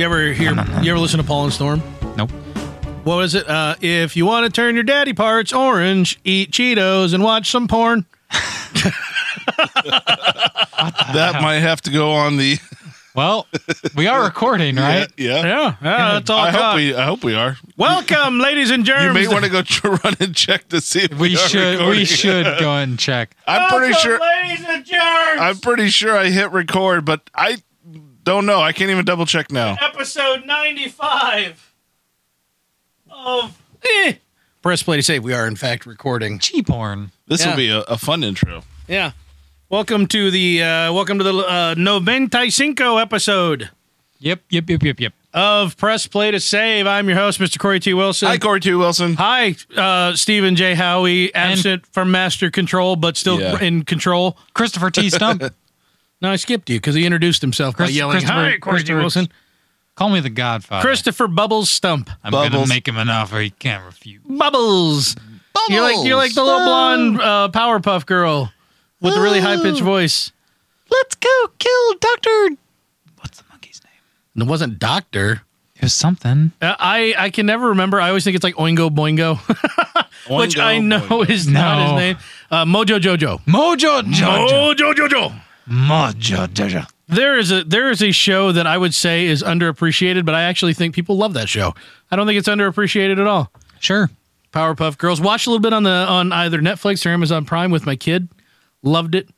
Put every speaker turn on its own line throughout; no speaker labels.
ever, you ever listen to Paul and Storm?
Nope.
What is it? Uh, if you want to turn your daddy parts orange, eat Cheetos and watch some porn.
That might have to go on the.
Well, we are recording, right?
Uh, Yeah.
Yeah, yeah, that's all.
I
I
hope
got.
we. I hope we are.
Welcome, ladies and germs.
You may want to go tr- run and check to see if we,
We
are
should we
recording.
should go and check.
I'm pretty
Welcome,
sure.
Ladies and germs.
I'm pretty sure I hit record, but I don't know. I can't even double check now.
episode 95 of eh. Press Play to say we are, in fact, recording.
Cheap horn.
This
Yeah.
will be a, a fun intro.
Yeah. Welcome to the uh, welcome to the uh, 95 episode
Yep, yep, yep, yep, yep.
of Press Play to Save. I'm your host, Mr. Corey T. Wilson.
Hi, Corey T. Wilson.
Hi, uh, Stephen J. Howie, absent from master control, but still
Yeah.
in control.
Christopher T. Stump.
No, I skipped you because he introduced himself by
Chris-
yelling,
Christopher-
"Hi, Corey T.
Christopher-
Wilson."
Call me the Godfather.
Christopher Bubbles Stump.
I'm gonna
Bubbles.
make him an offer he can't refuse.
Bubbles. You're like you're like the little blonde uh, Powerpuff girl with the really high pitched voice.
Let's go kill Doctor. What's the monkey's name?
And it wasn't Doctor.
It was something.
Uh, I I can never remember. I always think it's like Oingo Boingo, which
Oingo
I know
Boingo.
is not
No.
his name. Uh, Mojo Jojo.
Mojo Jojo.
Mojo Jojo.
Mojo Jojo.
There is a there is a show that I would say is underappreciated, but I actually think people love that show. I don't think it's underappreciated at all.
Sure.
Powerpuff Girls. Watched a little bit on the on either Netflix or Amazon Prime with my kid. Loved it.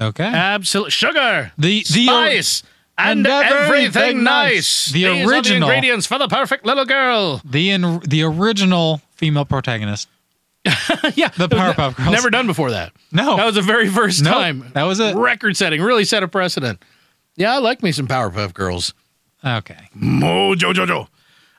Okay.
Absolute sugar.
the the
Uh, spice and,
and
everything,
everything
nice.
nice. The
These are
original.
ingredients for the perfect little girl.
the in, the original female protagonist.
yeah,
The
it was
Powerpuff Girls.
Never done before that.
No,
That was the very first
Nope,
time.
that was it.
Record setting. Really set a precedent. Yeah, I like me some Powerpuff Girls.
okay.
Mojo Jojo.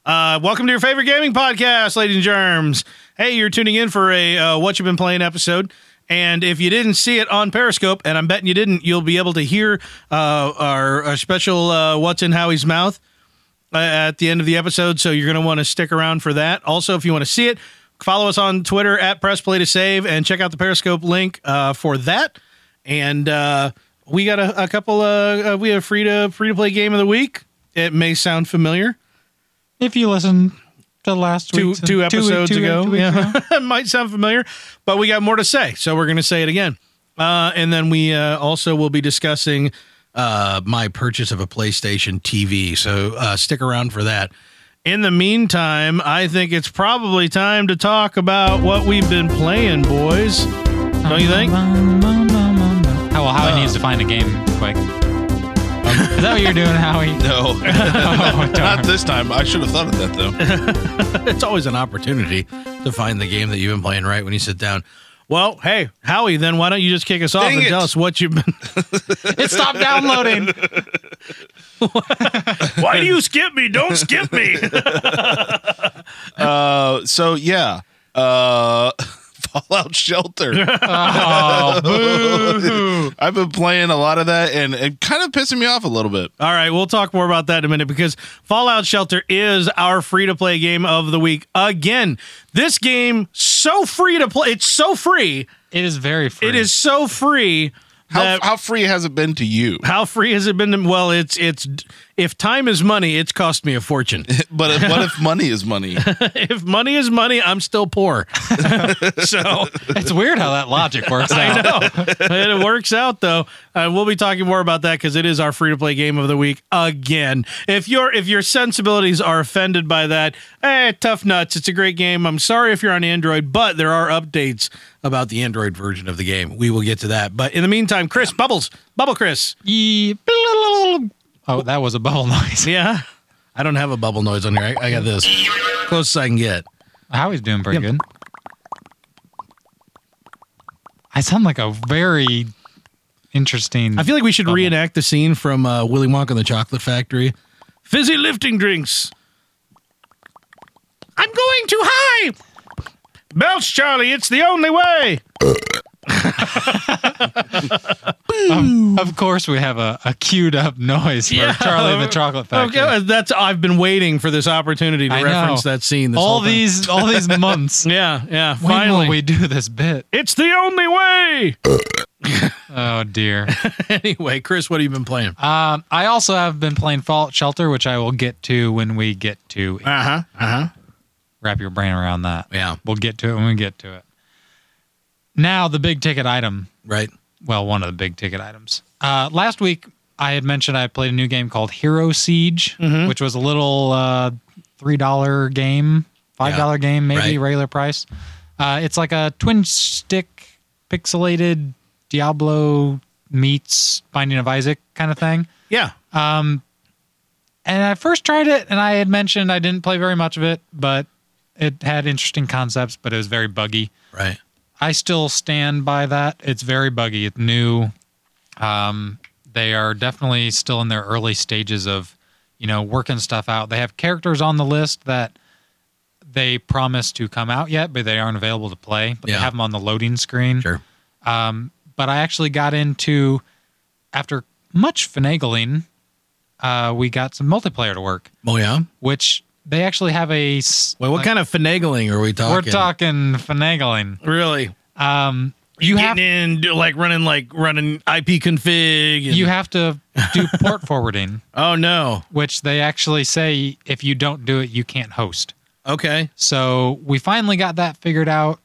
Uh, welcome to your favorite gaming podcast, ladies and germs. Hey, you're tuning in for a uh, What You've Been Playing episode. And if you didn't see it on Periscope, and I'm betting you didn't, you'll be able to hear uh, our, our special uh, What's in Howie's Mouth uh, at the end of the episode. So you're going to want to stick around for that. Also, if you want to see it, follow us on Twitter at Press Play to Save and check out the Periscope link uh, for that. And uh, we got a, a couple. Uh, uh, we have free to free to play game of the week. It may sound familiar
If you listen to last
two
week's-
two episodes
two-
ago.
two weeks
yeah, it might sound familiar, but we got more to say, so we're going to say it again. Uh, and then we uh, also will be discussing uh, my purchase of a PlayStation TV. So uh, stick around for that. In the meantime, I think it's probably time to talk about what we've been playing, boys. Don't
Uh-huh.
you think?
Oh, well, Howie needs to find a game quick. Is that what you're doing, Howie?
No,
Oh,
not
darn.
this time. I should have thought of that though.
It's always an opportunity to find the game that you've been playing right when you sit down. Well, hey, Howie, then why don't you just kick us off
Dang
and
it.
tell us what you've been.
it stopped downloading.
why do you skip me? Don't skip me.
Uh, so yeah, uh, Fallout Shelter.
Oh,
I've been playing a lot of that, and it kind of pissing me off a little bit.
All right, we'll talk more about that in a minute because Fallout Shelter is our free to play game of the week again. This game so free to play. It's so free.
it is very free.
It is so free.
How
that-
how free has it been to you?
how free has it been? To, well, it's it's if time is money, it's cost me a fortune.
But if- what if money is money?
if money is money, I'm still poor. so
It's weird how that logic works out.
it works out though. Uh, we'll be talking more about that because it is our free to play game of the week again. If your if your sensibilities are offended by that, eh, tough nuts. It's a great game. I'm sorry if you're on Android, but there are updates about the Android version of the game. We will get to that. But in the meantime, Chris Bubbles, Bubble Chris.
Yee- Oh, that was a bubble noise.
Yeah, I don't have a bubble noise on here. I, I got this close as I can get.
Howie's doing pretty good. I sound like a very interesting.
I feel like we should reenact the scene from uh, Willy Wonka and the Chocolate Factory. Fizzy lifting drinks. I'm going too high. Belch, Charlie. It's the only way.
Of course, we have a, a queued up noise for
Yeah.
Charlie the Chocolate Factory.
Okay, uh, that's I've been waiting for this opportunity to
I know.
reference that scene. This
all
whole time.
these all these months.
Yeah, yeah.
When
finally,
will we do this bit?
it's the only way.
Oh dear.
anyway, Chris, what have you been playing?
Um, I also have been playing Fallout Shelter, which I will get to when we get to
Uh huh. Uh huh.
wrap your brain around that.
Yeah.
We'll get to it when we get to it. Now the big ticket item.
Right.
Well, one of the big ticket items. Uh, last week I had mentioned I played a new game called Hero Siege,
Mhm.
which was a little uh, three dollar game, five dollar game maybe
Right.
regular price. Uh, it's like a twin stick pixelated Diablo meets Binding of Isaac kind of thing.
Yeah.
Um, and I first tried it, and I had mentioned I didn't play very much of it, but it had interesting concepts, but it was very buggy.
Right.
I still stand by that. It's very buggy. It's new. Um, they are definitely still in their early stages of, you know, working stuff out. They have characters on the list that they promise to come out yet, but they aren't available to play. But
Yeah.
they have them on the loading screen.
Sure.
Um, but I actually got into after much finagling, uh, we got some multiplayer to work,
Oh yeah.
which they actually have a.
Well, what kind of finagling are we talking?
We're talking finagling.
Really.
Um, you have
Getting in do- like running like running IP config. and-
you have to do port forwarding,
oh no.
which they actually say if you don't do it, you can't host.
Okay.
So we finally got that figured out.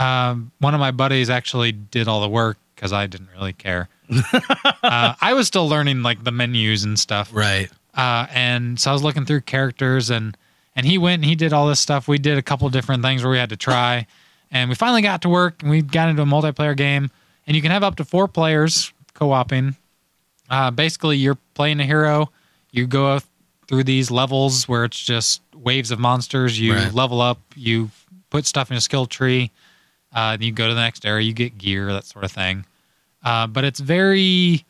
Um, one of my buddies actually did all the work because I didn't really care. uh, I was still learning like the menus and stuff.
Right.
uh, and so I was looking through characters and and he went and he did all this stuff. We did a couple different things where we had to try, and we finally got to work and we got into a multiplayer game. And you can have up to four players co-oping. Uh, basically, you're playing a hero. You go through these levels where it's just waves of monsters. You
Right.
level up. You put stuff in a skill tree. Uh, and you go to the next area. You get gear, that sort of thing. Uh, but it's very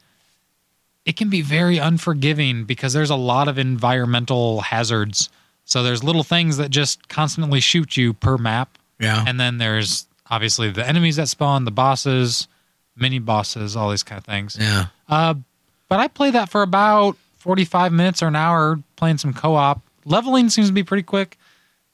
it can be very unforgiving because there's a lot of environmental hazards. So there's little things that just constantly shoot you per map.
Yeah.
Oh.
And then there's obviously the enemies that spawn, the bosses, mini bosses, all these kind of things.
yeah.
Uh, but I played that for about 45 minutes or an hour playing some co op. Leveling seems to be pretty quick.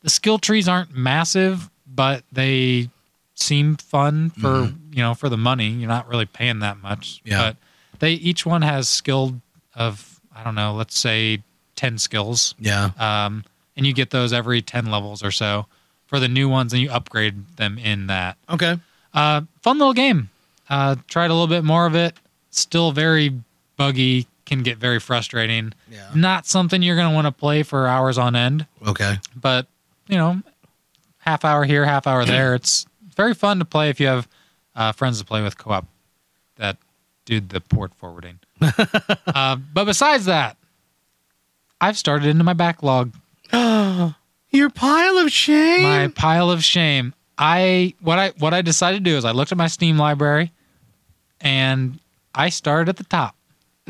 The skill trees aren't massive, but they seem fun for you know for the money. You're not really paying that much,
Yeah.
but they each one has skilled of I don't know, let's say ten skills,
Yeah.
um, and you get those every ten levels or so for the new ones, and you upgrade them in that.
Okay.
Uh, fun little game. Uh, tried a little bit more of it. Still very buggy. Can get very frustrating.
Yeah.
Not something you're gonna want to play for hours on end.
Okay.
But you know, half hour here, half hour there. It's very fun to play if you have uh, friends to play with co-op that do the port forwarding. uh, but besides that, I've started into my backlog.
Your pile of shame.
my pile of shame. I what I what I decided to do is I looked at my Steam library, and I started at the top,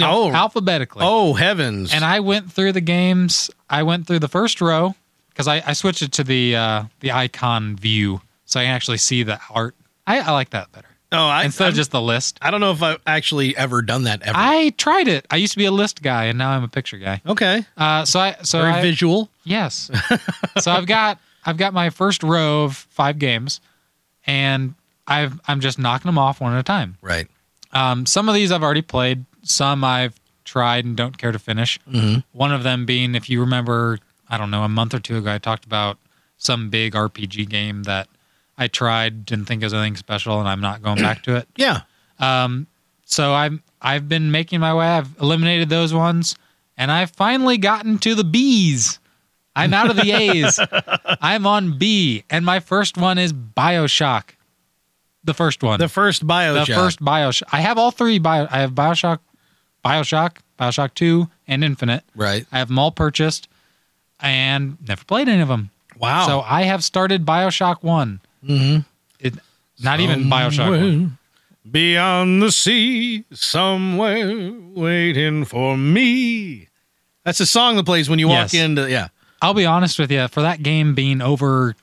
Oh.
al- alphabetically.
oh heavens.
and I went through the games. I went through the first row because I, I switched it to the uh, the icon view, so I can actually see the art. I, I like that better
oh, I,
instead
I'm-
of just the list.
I don't know if I've actually ever done that ever.
I tried it. I used to be a list guy, and now I'm a picture guy.
okay.
Uh, so I so
Very
I,
visual.
Yes. so I've got I've got my first row of five games, and I've I'm just knocking them off one at a time.
Right.
Um, some of these I've already played. Some I've tried and don't care to finish.
Mhm.
One of them being, if you remember, I don't know, a month or two ago, I talked about some big RPG game that I tried, didn't think it was anything special, and I'm not going back to it.
Yeah.
Um, so I'm I've been making my way. I've eliminated those ones, and I've finally gotten to the B's. I'm out of the A's. I'm on B, and my first one is Bioshock. The first one.
The first bio.
The
shot.
first Bioshock. I have all three bio. I have Bioshock, Bioshock, Bioshock Two, and Infinite.
Right.
I have them all purchased, and never played any of them.
Wow.
So I have started Bioshock One.
Mhm.
It, not even Bioshock.
Somewhere
1.
Beyond the sea, somewhere waiting for me. That's a song that plays when you walk
Yes.
into yeah.
I'll be honest with you, for that game being over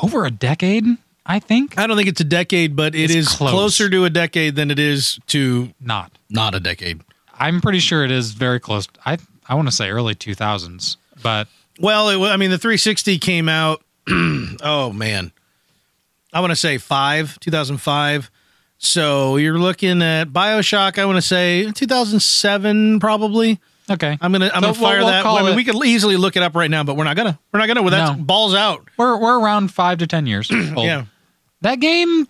over a decade, I think
I don't think it's a decade, but it
It's
is
close.
closer to a decade than it is to
not.
not a decade.
I'm pretty sure it is very close. I I want to say early 2000s, but
Well, it, wa- I mean, the 360 came out. oh man, I want to say five, 2005.
So you're looking at Bioshock. I want to say 2007, probably.
Okay.
I'm gonna I'm
So
gonna fire
we'll- we'll
that.
call
I mean,
it-
we could easily look it up right now, but we're not gonna. We're not gonna. Well, that's
No. Oh,
balls out.
we're we're around five to ten years old.
Yeah.
That game,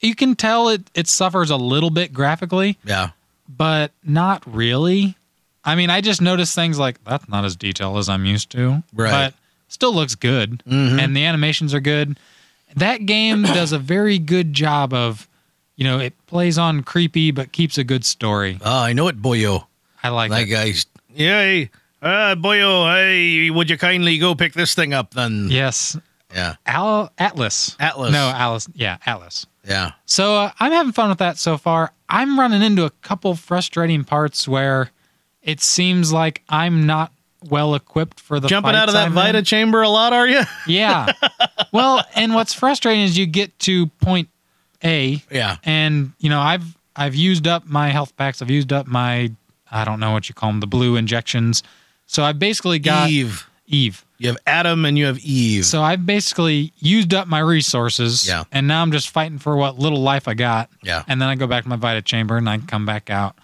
you can tell it it suffers a little bit graphically,
Yeah.
but not really. I mean, I just noticed things like that's not as detailed as I'm used to,
Right. Mm-hmm.
But still looks good, and the animations are good. That game does a very good job of, you know, it plays on creepy but keeps a good story.
Oh, I know it, boyo.
I like, it.
guy's. Yay. Uh, boyo, hey, would you kindly go pick this thing up then?
Yes,
Yeah.
Al- Atlas.
Atlas.
No, Alice. Yeah, Atlas.
Yeah.
So uh, I'm having fun with that so far. I'm running into a couple frustrating parts where it seems like I'm not well equipped for the
Jumping out of
fights
that
I'm
Vita
in.
chamber a lot, are you?
Yeah. well, and what's frustrating is you get to point A,
Yeah.
and you know I've I've used up my health packs. I've used up my I don't know what you call them, the blue injections. So I've basically got
Eve.
Eve.
You have Adam and you have Eve.
So I've basically used up my resources.
Yeah.
And now I'm just fighting for what little life I got.
Yeah.
And then I go back to my Vita chamber and I come back out.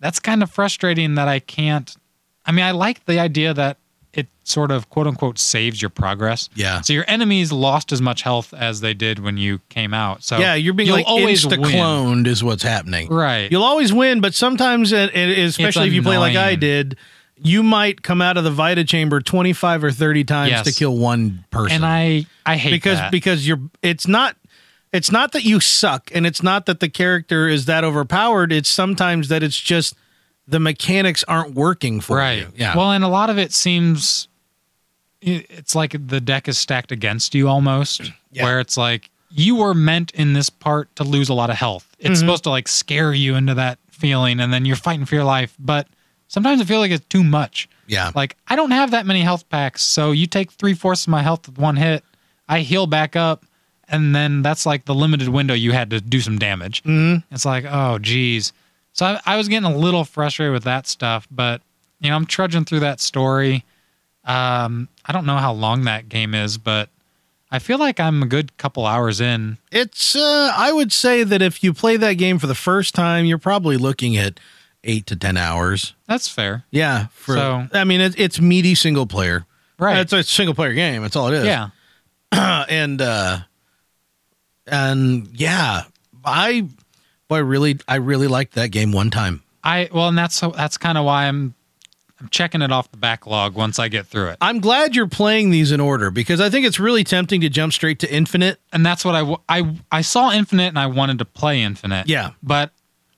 That's kind of frustrating that I can't. I mean, I like the idea that it sort of quote unquote saves your progress.
Yeah.
So your enemies lost as much health as they did when you came out. So
yeah, you're being
you'll
like insta
win.
cloned is what's happening.
Right.
You'll always win, but sometimes, and and especially if you play like I
annoying.
did, you might come out of the Vita chamber 25 or 30 times
Yes.
to kill one person.
and I I hate
because
that.
because you're it's not it's not that you suck and it's not that the character is that overpowered it's sometimes that it's just the mechanics aren't working for
right.
you yeah
Well, and a lot of it seems i- it's like the deck is stacked against you almost,
Yeah.
where it's like you were meant in this part to lose a lot of health.
Mm-hmm.
It's supposed to like scare you into that feeling, and then you're fighting for your life. But sometimes I feel like it's too much.
yeah
Like I don't have that many health packs, so you take three fourths of my health with one hit. I heal back up, and then that's like the limited window you had to do some damage. Mm-hmm. It's like, oh, geez. So I, I was getting a little frustrated with that stuff, but you know, I'm trudging through that story. Um, I don't know how long that game is, but I feel like I'm a good couple hours in.
it's uh, i would say that if you play that game for the first time you're probably looking at 8 to 10 hours
That's fair,
yeah for
So-
i mean it, it's meaty single player
right?
it's a single player game that's all it is
yeah,
and uh and yeah i boy really i really liked that game one time
I well, and that's that's kind of why I'm I'm checking it off the backlog once I get through it.
I'm glad you're playing these in order because I think it's really tempting to jump straight to Infinite.
and that's what I, w- I I saw Infinite and I wanted to play Infinite.
Yeah.
But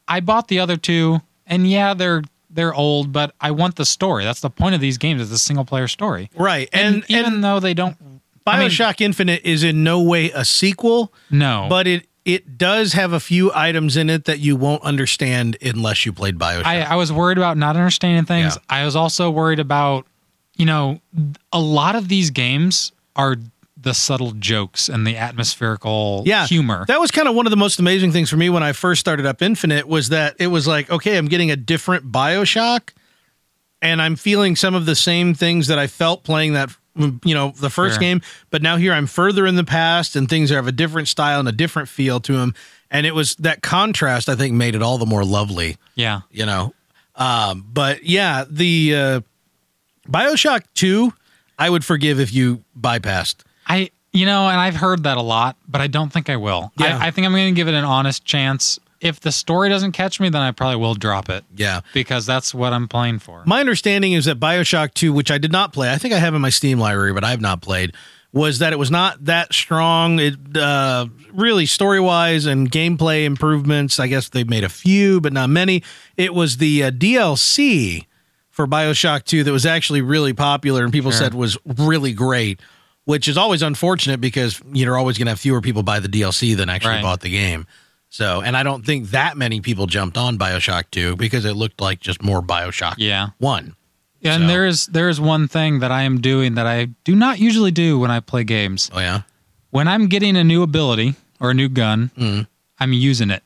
I bought the other two and yeah, they're they're old, but I want the story. That's the point of these games is the single player story.
Right. And
And,
and,
even though they don't I mean-
BioShock Infinite is in no way a sequel,
no,
but it it does have a few items in it that you won't understand unless you played BioShock.
I, I was worried about not understanding things.
Yeah.
I was also worried about, you know, a lot of these games are the subtle jokes and the atmospherical
yeah.
humor.
That was kind of one of the most amazing things for me when I first started up Infinite was that it was like, okay, I'm getting a different BioShock and I'm feeling some of the same things that I felt playing that mm, you know the first
Sure.
game, but now here I'm further in the past and things have a different style and a different feel to them. And it was that contrast I think made it all the more lovely,
yeah.
you know. Um, but yeah, the uh, BioShock 2 I would forgive if you bypassed.
I you know, and I've heard that a lot, but I don't think I will.
Yeah.
I, I think I'm gonna give it an honest chance. If the story doesn't catch me, then I probably will drop it
Yeah.
because that's what I'm playing for.
My understanding is that Bioshock 2, which I did not play, I think I have in my Steam library, but I have not played, was that it was not that strong. It uh, really story wise and gameplay improvements. I guess they made a few, but not many. It was the uh, DLC for Bioshock 2 that was actually really popular and people
Sure.
said was really great, which is always unfortunate because you're always going to have fewer people buy the DLC than actually
Right.
bought the game. So, and I don't think that many people jumped on Bioshock 2 because it looked like just more Bioshock
yeah.
one.
And
So-
there is there is one thing that I am doing that I do not usually do when I play games.
Oh yeah,
When I'm getting a new ability or a new gun, I'm using it.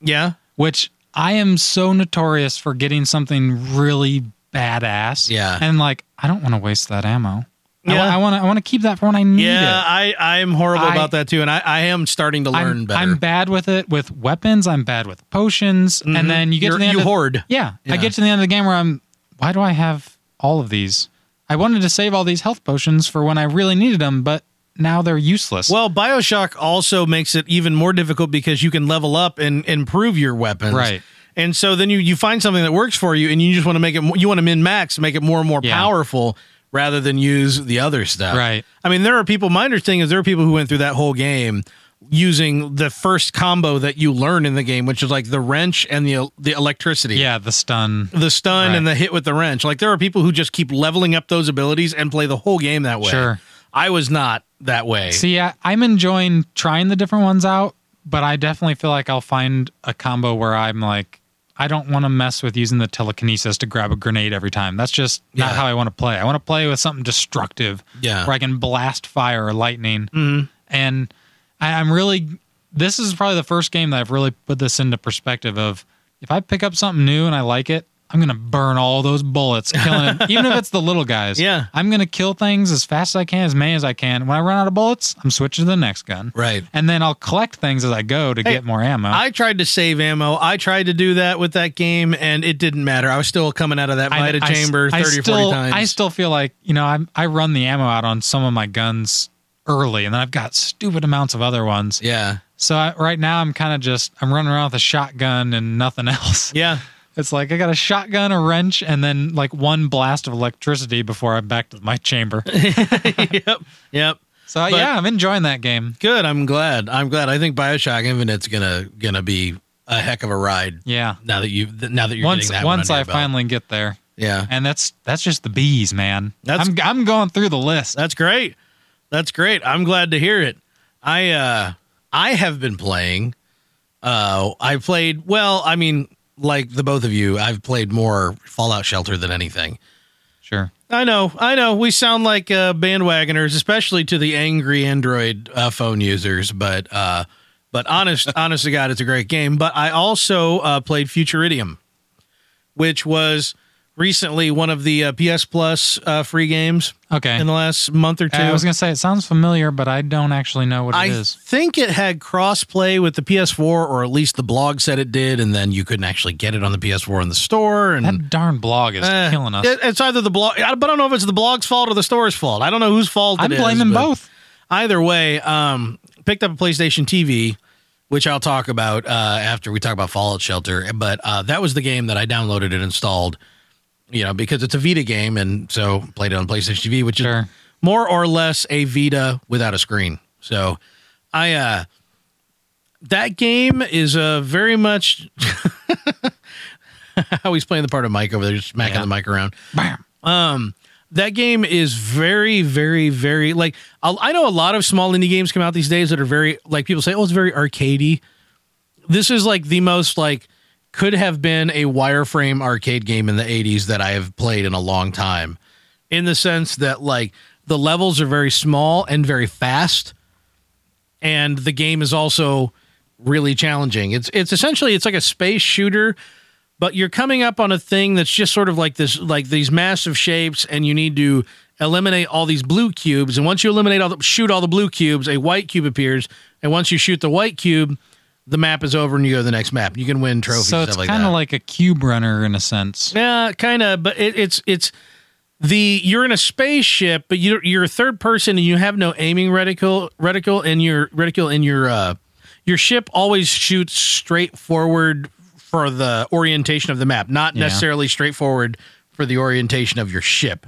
yeah,
Which I am so notorious for getting something really badass.
Yeah.
And like, I don't want to waste that ammo.
Yeah.
I want to. I want to keep that for when I need
Yeah,
it.
I I am horrible
I-
about that too, and I, I am starting to learn
I'm,
better.
I'm bad with it with weapons. I'm bad with potions,
Mhm.
and then you get
You're-
to the end.
you
of,
hoard.
Yeah,
Yeah.
I get to the end of the game where I'm. Why do I have all of these? I wanted to save all these health potions for when I really needed them, but now they're useless.
Well, Bioshock also makes it even more difficult because you can level up and improve your weapons.
Right.
And so then you, you find something that works for you and you just want to make it, mo- you want to min max, make it more and more
Yeah.
powerful rather than use the other stuff.
Right.
I mean, there are people, my understanding is there are people who went through that whole game using the first combo that you learn in the game, which is like the wrench and the, the electricity.
yeah, the stun.
The stun and
Right.
the hit with the wrench. Like there are people who just keep leveling up those abilities and play the whole game that way.
Sure.
I was not that way.
See, I, I'm enjoying trying the different ones out, but I definitely feel like I'll find a combo where I'm like, I don't want to mess with using the telekinesis to grab a grenade every time. That's just
Yeah.
not how I want to play. I want to play with something destructive,
Yeah. Mm-hmm.
where I can blast fire or lightning. And I, I'm really, this is probably the first game that I've really put this into perspective of if I pick up something new and I like it. I'm gonna burn all those bullets, killing it, even if it's the little guys.
Yeah.
I'm gonna kill things as fast as I can, as many as I can. When I run out of bullets, I'm switching to the next gun.
Right.
And then I'll collect things as I go to get more ammo.
I tried to save ammo. I tried to do that with that game, and it didn't matter. I was still coming out of that Vita
s-
chamber 30
still,
or 40 times.
I still feel like, you know, I I run the ammo out on some of my guns early and then I've got stupid amounts of other ones.
yeah.
So I, right now I'm kind of just I'm running around with a shotgun and nothing else.
Yeah.
It's like I got a shotgun, a wrench, and then like one blast of electricity before I'm back to my chamber.
yep. Yep.
So yeah, I'm enjoying that game.
Good. I'm glad. I'm glad. I think BioShock Infinite's gonna gonna be a heck of a ride.
Yeah.
Now that you th- now that you're
once
getting that one
once
under
I
your belt.
finally get there.
yeah.
And that's that's just the bees, man.
That's-
I'm I'm going through the list.
That's great. That's great. I'm glad to hear it. I uh I have been playing. Uh I played well, I mean, like the both of you, I've played more Fallout Shelter than anything.
Sure.
I know, I know. We sound like uh, bandwagoners, especially to the angry Android uh, phone users. But uh, but honest, honest to God, it's a great game. But I also uh, played Futuridium, which was recently one of the uh, PS Plus uh, free games
Okay.
in the last month or two.
I was gonna say it sounds familiar, but I don't actually know what it
I
is.
think it had crossplay with the PS4, or at least the blog said it did, and then you couldn't actually get it on the PS4 in the store. And
That darn blog is
Mm. Eh,
killing us.
it- it's either the blog, I but I don't know if it's the blog's fault or the store's fault. I don't know whose fault.
I'm
it is,
blaming
but
both.
Either way, um, picked up a PlayStation TV, which I'll talk about uh, after we talk about Fallout Shelter. But uh, that was the game that I downloaded and installed, you know, because it's a Vita game, and so played it on PlayStation TV, which is
Sure.
more or less a Vita without a screen. So I uh that game is uh very much how he's playing the part of Mike over there, just smacking
Yeah.
the mic around.
Bam.
Um that game is very, very, very like I'll- I know a lot of small indie games come out these days that are very like people say, oh, it's very arcadey. This is like the most like could have been a wireframe arcade game in the 80s that I have played in a long time in the sense that like the levels are very small and very fast and the game is also really challenging it's it's essentially it's like a space shooter but you're coming up on a thing that's just sort of like this like these massive shapes and you need to eliminate all these blue cubes and once you eliminate all the shoot all the blue cubes a white cube appears and once you shoot the white cube the map is over and you go to the next map you can win trophies
So
and
it's
stuff like
kind
that.
of like a cube runner in a sense.
Yeah, kind of, but it, it's it's the you're in a spaceship, but you're you're a third person and you have no aiming reticle reticle in your reticle in your uh your ship always shoots straight forward for the orientation of the map, not necessarily straightforward for the orientation of your ship.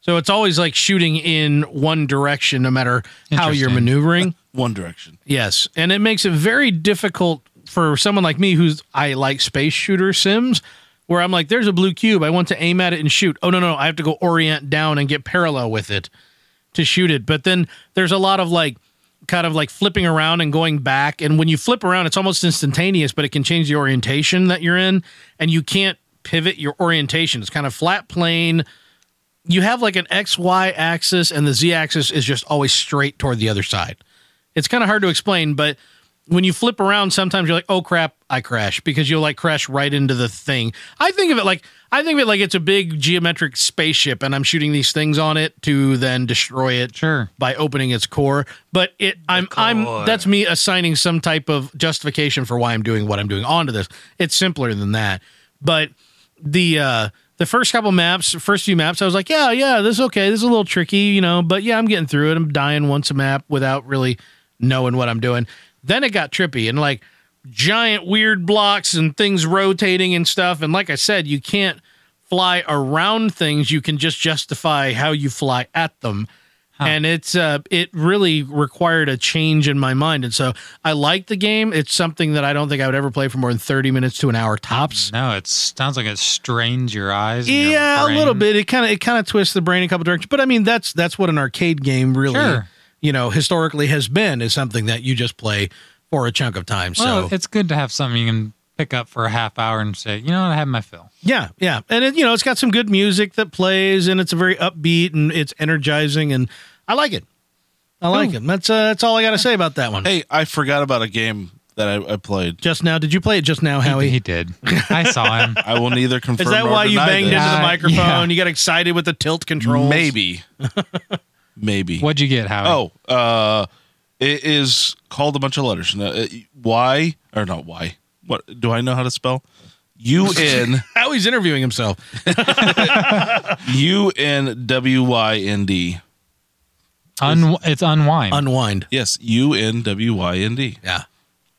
So it's always like shooting in one direction, no matter how you're
Interesting.
maneuvering.
One Direction.
Yes, and it makes it very difficult for someone like me who's I like space shooter sims where I'm like there's a blue cube I want to aim at it and shoot. Oh no no, I have to go orient down and get parallel with it to shoot it. But then there's a lot of like kind of like flipping around and going back and when you flip around it's almost instantaneous but it can change the orientation that you're in and you can't pivot your orientation. It's kind of flat plane. You have like an XY axis and the Z axis is just always straight toward the other side it's kind of hard to explain, but when you flip around, sometimes you're like, oh crap, I crash because you'll like crash right into the thing. I think of it like I think of it like it's a big geometric spaceship, and I'm shooting these things on it to then destroy it
Sure.
by opening its core. But it, I'm, I'm, that's me assigning some type of justification for why I'm doing what I'm doing onto this. It's simpler than that. But the, uh, the first couple maps, first few maps, I was like, yeah, yeah, this is okay. This is a little tricky, you know, but yeah, I'm getting through it. I'm dying once a map without really knowing what I'm doing. Then it got trippy and like giant weird blocks and things rotating and stuff. And like I said, you can't fly around things. You can just justify how you fly at them and it's uh it really required a change in my mind and so i like the game it's something that i don't think i would ever play for more than 30 minutes to an hour tops
No, it sounds like it strains your eyes. and your
yeah a little
brain.
bit it kind of it kind of twists the brain a couple directions but i mean that's that's what an arcade game really
Sure.
you know historically has been is something that you just play for a chunk of time
Well,
so
it's good to have something you can pick up for a half hour and say, you know what, I have my fill.
yeah yeah and it, you know it's got some good music that plays and it's a very upbeat and it's energizing and i like it i like it that's uh, that's all i got to say about that one
Hey, I forgot about a game that I, I played.
just now did you play it just now howie
He, he did. I saw him.
I will neither confirm.
Is that
nor
why you
deny
banged
this.
into the
Uh,
microphone?
yeah.
You got excited with the tilt controls?
Maybe, maybe.
What'd you get, Howie?
Oh, uh, it is called a bunch of letters. No, uh, why or not why? What do I know how to spell? U N
Now he's interviewing himself.
U N W Y N D.
Un- it's unwind.
Unwind.
Yes, U N W Y N D.
Yeah.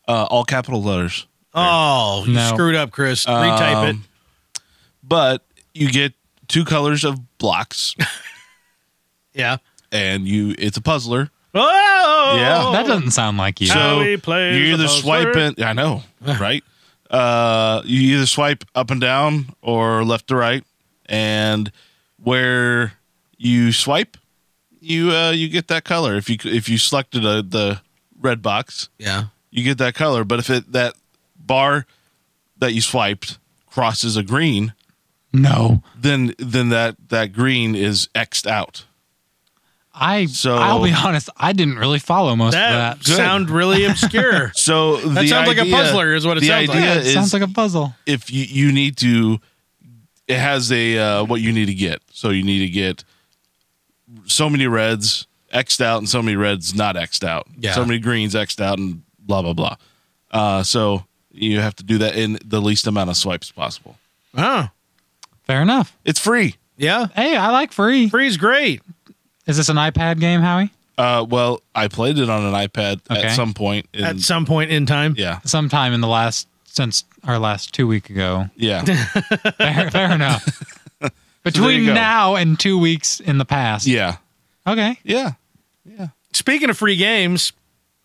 Uh, all capital letters.
Oh, you
No.
screwed up, Chris. Retype it.
Um, But you get two colors of blocks,
Yeah.
and you it's a puzzler.
Oh,
Yeah.
that doesn't sound like you.
How
So
he plays
you're either
the puzzler.
swiping. I know, right? Uh, you either swipe up and down or left to right, and where you swipe, you uh, you get that color. If you if you selected a, the red box,
Yeah.
you get that color. But if it that bar that you swiped crosses a green,
no.
then then that that green is xed out.
I
So-
I'll be honest, I didn't really follow most
That
of that.
Good.
sound really obscure.
So that
sounds like a puzzler is what it
the
sounds like.
idea
Yeah, it
is
sounds like a puzzle.
if you you need to it has a uh, what you need to get so you need to get so many reds xed out and so many reds not xed out
Yeah.
so many greens xed out and blah blah blah uh, so you have to do that in the least amount of swipes possible
oh,
Fair enough.
it's free
yeah.
Hey, I like free.
Free's great.
Is this an iPad game, Howie?
uh, well i played it on an ipad
Okay.
at some point in,
At some point in time.
yeah
Sometime in the last since our last two week ago.
yeah
Fair, fair enough. Between
go.
now and two weeks in the past.
yeah
Okay.
yeah
Speaking of free games,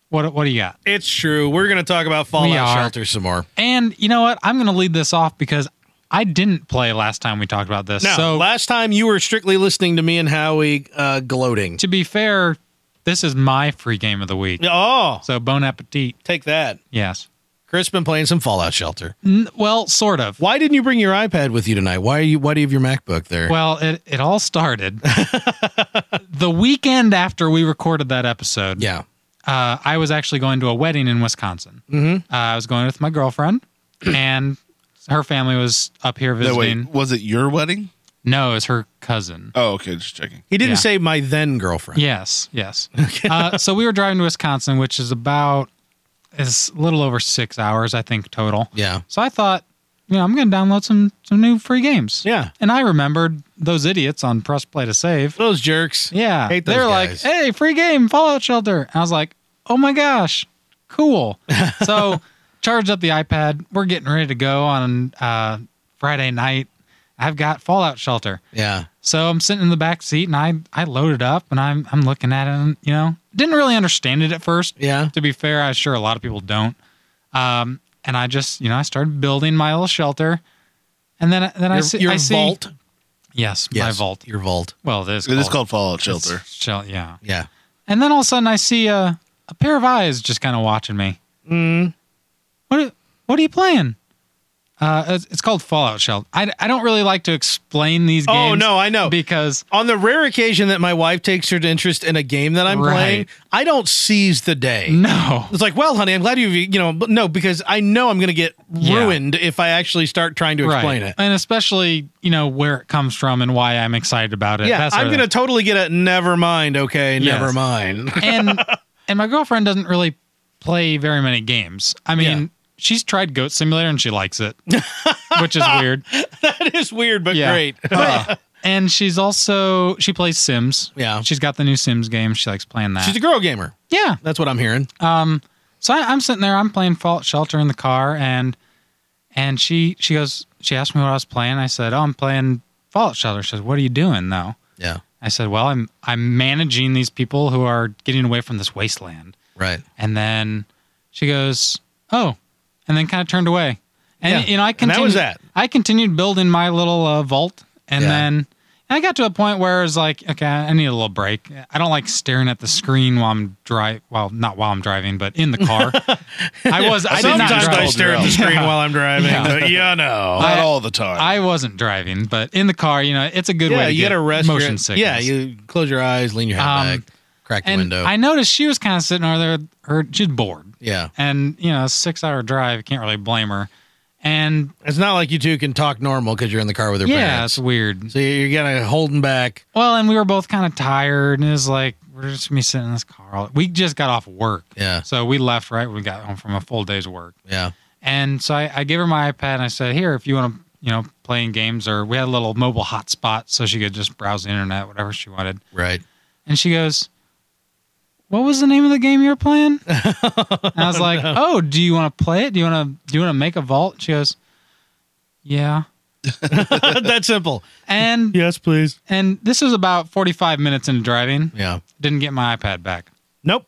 What what do you got?
it's true. We're going to talk about
We
Fallout
are.
Shelter some more.
And you know what? I'm going to lead this off because I didn't play last time we talked about this.
Now,
so
last time you were strictly listening to me and Howie uh, gloating.
to be fair, this is my free game of the week.
Oh,
So bon appetit.
take that.
Yes.
Chris been playing some Fallout Shelter.
N- well, sort of.
Why didn't you bring your iPad with you tonight? Why are you? Why do you have your MacBook there?
Well, it, it all started the weekend after we recorded that episode.
yeah,
Uh, I was actually going to a wedding in Wisconsin. Mm-hmm. Uh, I was going with my girlfriend, and her family was up here
no wait
visiting.
was it your wedding
No, it's her cousin.
oh okay just checking
he didn't
yeah.
say my then girlfriend.
Yes, yes. uh, so we were driving to Wisconsin, which is about is a little over six hours, I think, total.
yeah,
So I thought, you know, I'm going to download some some new free games.
Yeah.
And I remembered those idiots on Press Play to Save.
Those jerks.
Yeah.
Hate
they
those
were like,
guys.
hey, free game, Fallout Shelter. And I was like, oh my gosh, cool. so charged up the iPad. We're getting ready to go on uh, Friday night. I've got Fallout Shelter.
yeah,
So I'm sitting in the back seat and I, I load it up and I'm I'm looking at it and you know didn't really understand it at first.
yeah.
To be fair, I'm sure a lot of people don't. Um, and I just you know I started building my little shelter, and then then I
Your,
see
your
I see
vault.
yes, my
Yes,
vault.
Your vault.
Well, this
it is called fallout shelter
Shel- yeah.
Yeah.
And then all of a sudden, I see a, a pair of eyes just kind of watching me.
Mm.
What? What are you playing? Uh, it's, it's called Fallout Shelter. I, I don't really like to explain these games.
Oh, no, I know.
Because
On the rare occasion that my wife takes her interest in a game that I'm
Right. Mm.
playing, I don't seize the day.
no,
It's like, well, honey, I'm glad you, you know, but no, because I know I'm going to get
Yeah.
ruined if I actually start trying to explain it.
and especially you know where it comes from and why I'm excited about it.
Yeah,
That sort
I'm
of
going to totally get a never mind. Okay, never
Yes.
mind.
and and my girlfriend doesn't really play very many games. I mean,
Yeah.
she's tried Goat Simulator and she likes it, which is weird.
that is weird, but
Yeah.
great.
And she's also she plays Sims.
Yeah.
she's got the new Sims game. She likes playing that.
Oh. She's a girl gamer.
yeah.
That's what I'm hearing.
So I, I'm sitting there. I'm playing Fallout Shelter in the car, and and she she goes. She asked me what I was playing. I said, "Oh, I'm playing Fallout Shelter." She says, "What are you doing though?"
yeah,
I said, "Well, I'm I'm managing these people who are getting away from this wasteland."
right.
And then she goes, "Oh," and then kind of turned away. And
Yeah.
you know, I
And
continued.
that was that.
I continued building my little uh, vault, and
Yeah.
then and I got to a point where it was like, okay, I need a little break. I don't like staring at the screen while I'm drive. Well, not while I'm driving, but in the car. I was. I did not
Sometimes
drive.
I stare at the screen
Yeah.
while I'm driving,
Yeah.
but you know.
Not
I-
all the time.
I wasn't driving, but in the car, you know, it's a good way to get
gotta your-
motion sickness.
Yeah, you close your eyes, lean your head
Um,
back, crack the
and
window.
I noticed she was kind of sitting over there. Her she's bored,
yeah,
and you know, a six-hour drive. Can't really blame her. And
it's not like you two can talk normal because you're in the car with your
yeah,
parents.
it's weird.
So you're gonna hold them back.
Well, and we were both kind of tired, and it was like we're just gonna be sitting in this car. all- We just got off work,
Yeah,
so we left right when we got home from a full day's work.
yeah,
And so I, I gave her my iPad, and I said, "Here, if you want to, you know, playing games, or we had a little mobile hotspot, so she could just browse the internet, whatever she wanted."
right.
And she goes, "What was the name of the game you were playing?" and I was like, "Oh, do you want to play it? Do you want to do you want to make a vault?" She goes, "Yeah."
that simple.
And
Yes, please.
and this was about 45 minutes into driving.
Yeah.
Didn't get my iPad back.
Nope.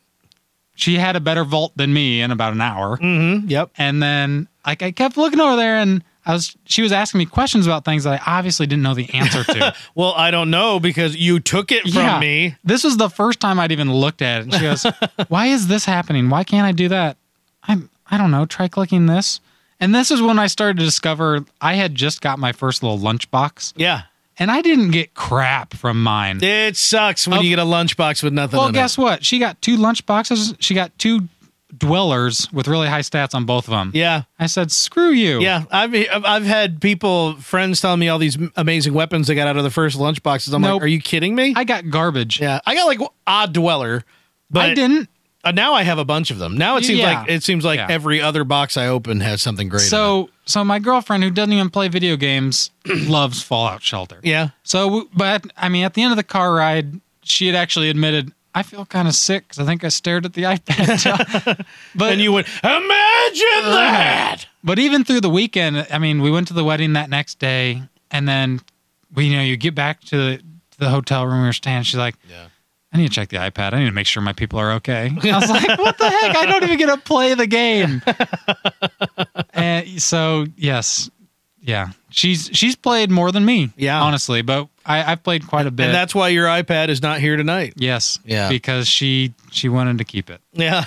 She had a better vault than me in about an hour.
Mm-hmm. Yep.
And then like I kept looking over there and I was she was asking me questions about things that I obviously didn't know the answer to.
Well, I don't know because you took it from
Yeah.
me.
This was the first time I'd even looked at it. And she goes, "Why is this happening? Why can't I do that? I'm I don't know. Try clicking this." And this is when I started to discover I had just got my first little lunchbox,
Yeah.
and I didn't get crap from mine.
It sucks when
Of-
you get a lunchbox with nothing
Well,
in
guess what? She got two lunchboxes. She got two dwellers with really high stats on both of them.
it. Yeah.
I said, "Screw you."
Yeah, I've I've had people friends telling me all these amazing weapons they got out of the first lunchboxes. I'm
Nope.
like, are you kidding me?
I got garbage.
yeah, I got like odd dweller, but
I didn't.
uh, now I have a bunch of them. Now it seems
Yeah.
like it seems like
Yeah.
every other box I open has something great. in it.
So, so my girlfriend who doesn't even play video games loves Fallout Shelter.
yeah,
So, but I mean, at the end of the car ride, she had actually admitted, "I feel kind of sick because I think I stared at the iPad." but
and you would imagine that.
but even through the weekend, I mean, we went to the wedding that next day, and then we, you know, you get back to the, to the hotel room we were staying. She's like,
Yeah.
I need to check the iPad. I need to make sure my people are okay. I was like, what the heck? I don't even get to play the game. and so yes, yeah, she's she's played more than me.
Yeah.
honestly, but I, I've played quite a bit.
And that's why your iPad is not here tonight.
yes,
Yeah.
because she she wanted to keep it.
Yeah,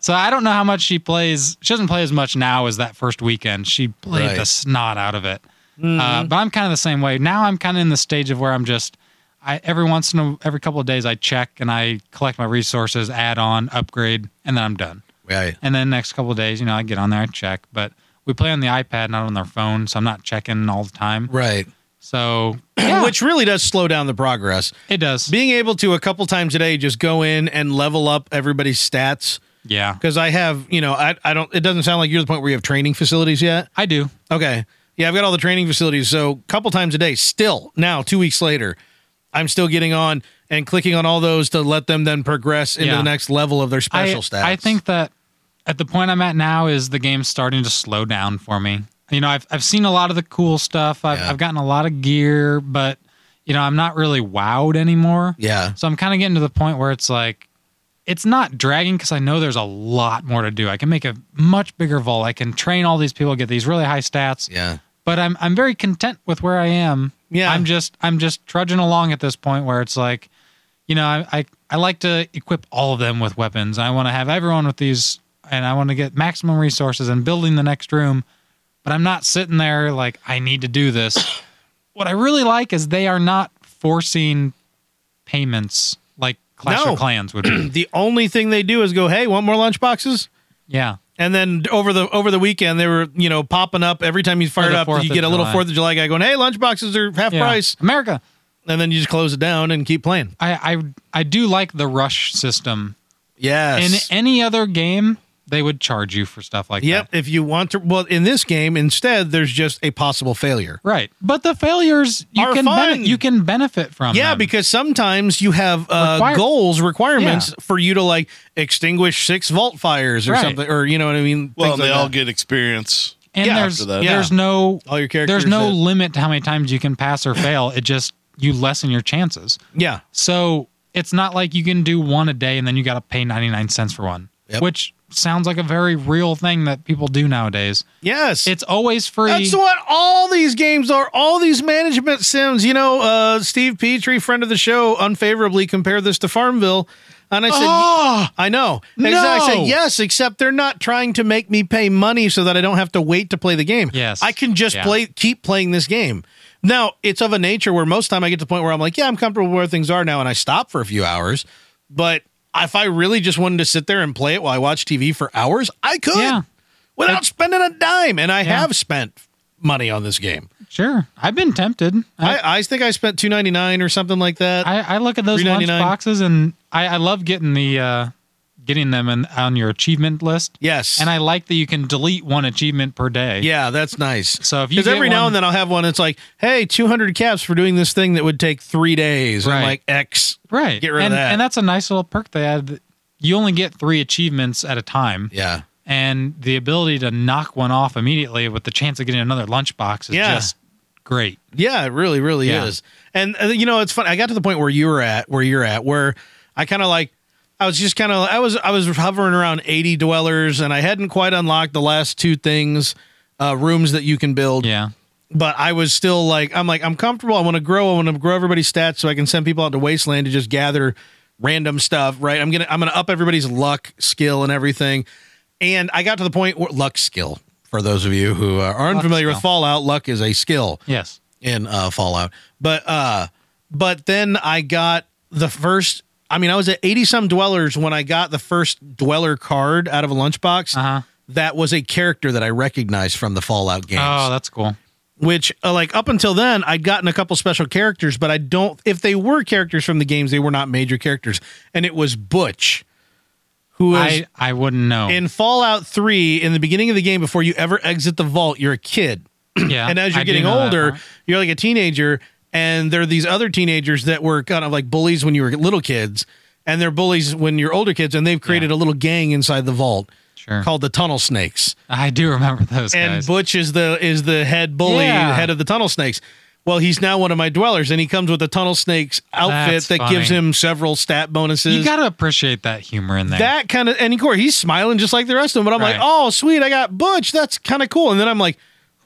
So I don't know how much she plays. She doesn't play as much now as that first weekend. She played
Right.
the snot out of it. Uh, but I'm kind of the same way. Now I'm kind of in the stage of where I'm just, I every once in a, every couple of days I check and I collect my resources, add on, upgrade, and then I'm done.
right.
And then next couple of days, you know, I get on there, I check. But we play on the iPad, not on their phone, so I'm not checking all the time.
Right.
So yeah,
Which really does slow down the progress.
it does.
Being able to a couple times a day just go in and level up everybody's stats
yeah,
because I have, you know, I, I don't, it doesn't sound like you're the point where you have training facilities yet.
I do.
Okay. Yeah, I've got all the training facilities. So a couple times a day, still now, two weeks later, I'm still getting on and clicking on all those to let them then progress into
Yeah.
the next level of their special
I,
stats.
I think that at the point I'm at now is the game's starting to slow down for me. You know, I've I've seen a lot of the cool stuff. I've
Yeah.
I've gotten a lot of gear, but you know, I'm not really wowed anymore.
Yeah.
So I'm kind of getting to the point where it's like it's not dragging because I know there's a lot more to do. I can make a much bigger vault. I can train all these people, get these really high stats.
Yeah.
But I'm I'm very content with where I am.
Yeah.
I'm just I'm just trudging along at this point where it's like, you know, I I, I like to equip all of them with weapons. I want to have everyone with these, and I want to get maximum resources and building the next room. but I'm not sitting there like I need to do this. what I really like is they are not forcing payments like Clash
No.
of Clans would be.
The only thing they do is go, "Hey, want more lunch boxes?"
yeah.
And then over the over the weekend, they were you know popping up every time you fired
the
up.
Fourth
You
of
get a little
July.
Fourth of July guy going, "Hey, lunch boxes are half
yeah.
price,"
America.
and then you just close it down and keep playing.
I, I I do like the rush system. In
Yes.
any other game, they would charge you for stuff like
yep.
that.
If you want to, well, in this game, instead, there's just a possible failure.
Right. But the failures you
Are
can
fun.
you can benefit from.
Yeah,
them.
because sometimes you have uh,
Require-
goals, requirements
Yeah.
for you to like extinguish six vault fires or
Right.
something, or you know what I mean.
Well,
Things
and they
like
all
that.
get experience.
and
yeah,
there's
after that.
there's
Yeah.
no
all your characters.
there's no
that-
limit to how many times you can pass or fail. It just you lessen your chances.
yeah,
So it's not like you can do one a day and then you got to pay 99 cents for one,
Yep.
which sounds like a very real thing that people do nowadays.
yes.
It's always free.
That's what all these games are. All these management sims. You know, uh, Steve Petrie, friend of the show, unfavorably compared this to Farmville, and I said,
Ah!
I know.
No!
Exa- I said yes, except they're not trying to make me pay money so that I don't have to wait to play the game.
Yes.
I can just
Yeah.
play keep playing this game. Now, it's of a nature where most time I get to the point where I'm like, yeah, I'm comfortable where things are now and I stop for a few hours. But if I really just wanted to sit there and play it while I watch TV for hours, I could
Yeah.
without spending a dime. And I
Yeah.
have spent money on this game.
Sure. I've been tempted. I,
I, I think I spent two ninety nine or something like that.
I, I look at those lunch
$3.99.
boxes and I, I love getting the uh, getting them in, on your achievement list.
yes.
And I like that you can delete one achievement per day.
Yeah, that's nice.
So if you
because
get
every now
one-
and then I'll have one that's like, hey, 200 caps for doing this thing that would take three days. And I'm
Right.
like, X.
Right.
Get rid of
and,
that.
And that's a nice little perk they add. You only get three achievements at a time.
Yeah.
and the ability to knock one off immediately with the chance of getting another lunchbox is
Yeah.
just great.
Yeah, it really, really
Yeah.
is. And uh, you know, it's fun. I got to the point where you were at, where you're at, where I kind of like, I was just kind of, I was, I was hovering around 80 dwellers, and I hadn't quite unlocked the last two things, uh, rooms that you can build.
Yeah.
But I was still like, I'm like, I'm comfortable. I want to grow. I want to grow everybody's stats so I can send people out to wasteland to just gather random stuff. Right? I'm gonna, I'm gonna up everybody's luck, skill, and everything. And I got to the point where luck skill. For those of you who uh, are unfamiliar with
skill.
Fallout, luck is a skill
Yes.
in uh, Fallout. But uh, but then I got the first. I mean, I was at eighty some dwellers when I got the first dweller card out of a lunchbox.
Uh huh.
That was a character that I recognized from the Fallout games.
Oh, that's cool.
which, uh, like, up until then, I'd gotten a couple special characters, but I don't. If they were characters from the games, they were not major characters. And it was Butch, who was
I I wouldn't know.
in Fallout Three in the beginning of the game. Before you ever exit the vault, you're a kid.
yeah.
And as you're
I do
getting
know that
older,
part.
you're like a teenager, and there are these other teenagers that were kind of like bullies when you were little kids, and they're bullies when you're older kids, and they've created a little gang inside the vault
Sure.
called the Tunnel Snakes.
I do remember those
And
guys.
Butch is the is the head bully,
Yeah.
head of the Tunnel Snakes. Well, he's now one of my dwellers, and he comes with a Tunnel Snakes outfit
That's
that gives
funny.
him several stat bonuses.
you got to appreciate that humor in there.
that kind of, and of course, he's smiling just like the rest of them. But I'm like,
Right.
oh, sweet, I got Butch. That's kind of cool. And then I'm like,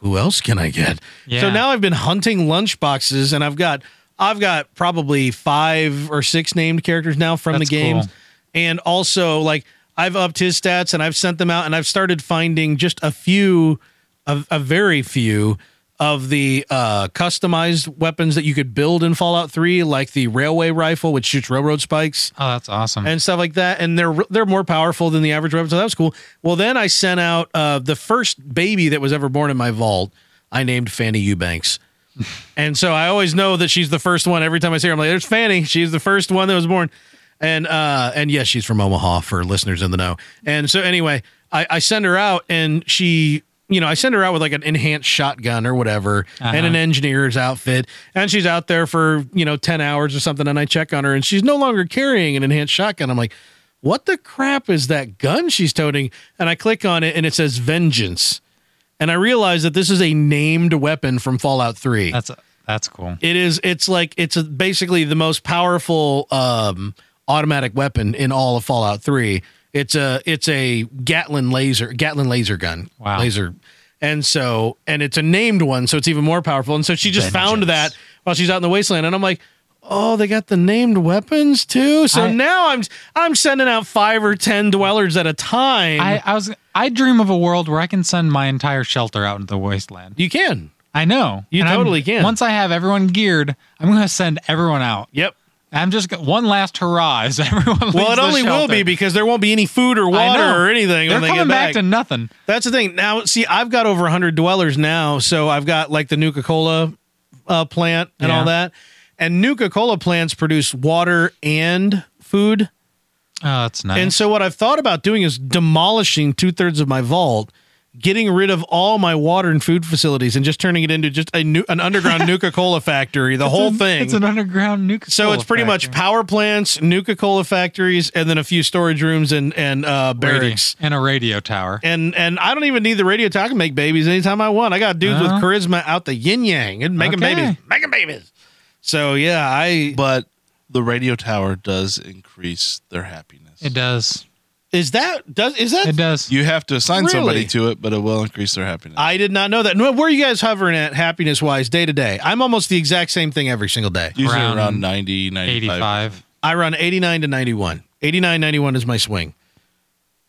who else can I get?
Yeah.
So now I've been hunting lunch boxes, and I've got I've got probably five or six named characters now from
That's
the games,
cool.
and also like I've upped his stats and I've sent them out, and I've started finding just a few, a, a very few of the uh, customized weapons that you could build in Fallout Three, like the railway rifle which shoots railroad spikes
oh, that's awesome.
and stuff like that. And they're they're more powerful than the average weapon, so that was cool. Well, then I sent out uh, the first baby that was ever born in my vault. I named Fanny Eubanks, and so I always know that she's the first one. Every time I see her, I'm like, "There's Fanny. She's the first one that was born." And uh, and yes, she's from Omaha for listeners in the know. And so anyway, I, I send her out, and she. You know, I send her out with like an enhanced shotgun or whatever, and an engineer's outfit, and she's out there for you know ten hours or something. And I check on her, and she's no longer carrying an enhanced shotgun. I'm like, what the crap is that gun she's toting? And I click on it, and it says Vengeance, and I realize that this is a named weapon from Fallout Three.
that's that's cool.
It is. It's like it's a, basically the most powerful um, automatic weapon in all of Fallout Three. It's a it's a Gatlin laser Gatlin laser gun.
Wow.
Laser. And so and it's a named one, so it's even more powerful. And so she just found
Vengeance.
that while she's out in the wasteland, and I'm like, oh, they got the named weapons too. So
I-
now I'm I'm sending out five or ten dwellers at a time.
I, I was I dream of a world where I can send my entire shelter out into the wasteland.
you can.
I know
You
I'm-
totally can.
Once I have everyone geared, I'm going to send everyone out.
Yep.
I'm just go- one last hurrah is everyone.
Well,
leaves
it
the
only will
shelter.
be because there won't be any food or
I
water
know.
or anything
They're
when they
coming
get back.
to nothing.
That's the thing. Now, see, I've got over 100 dwellers now, so I've got like the Nuka Cola uh, plant and
Yeah.
all that. And Nuka Cola plants produce water and food.
Oh, that's nice.
And so, what I've thought about doing is demolishing two thirds of my vault, getting rid of all my water and food facilities, and just turning it into just a new, an underground Nuka Cola factory, the whole
It's an-
thing.
It's an underground nuke.
so it's pretty much power plants, Nuka Cola factories, and then a few storage rooms and and uh, barracks.
and a radio tower.
And and I don't even need the radio talk. I can make babies anytime I want. I got dudes with
Uh-huh.
charisma out the yin yang and making
Okay.
babies, making babies. So yeah, I
But the radio tower does increase their happiness.
It does.
is that does is that
It does.
You have to assign
Really?
somebody to it, but it will increase their happiness.
I did not know that. No, Where are you guys hovering at happiness wise day to day? I'm almost the exact same thing every single day.
Usually
Around
around, 90, 95.
85.
I run 89 to 91. 89 91 is my swing.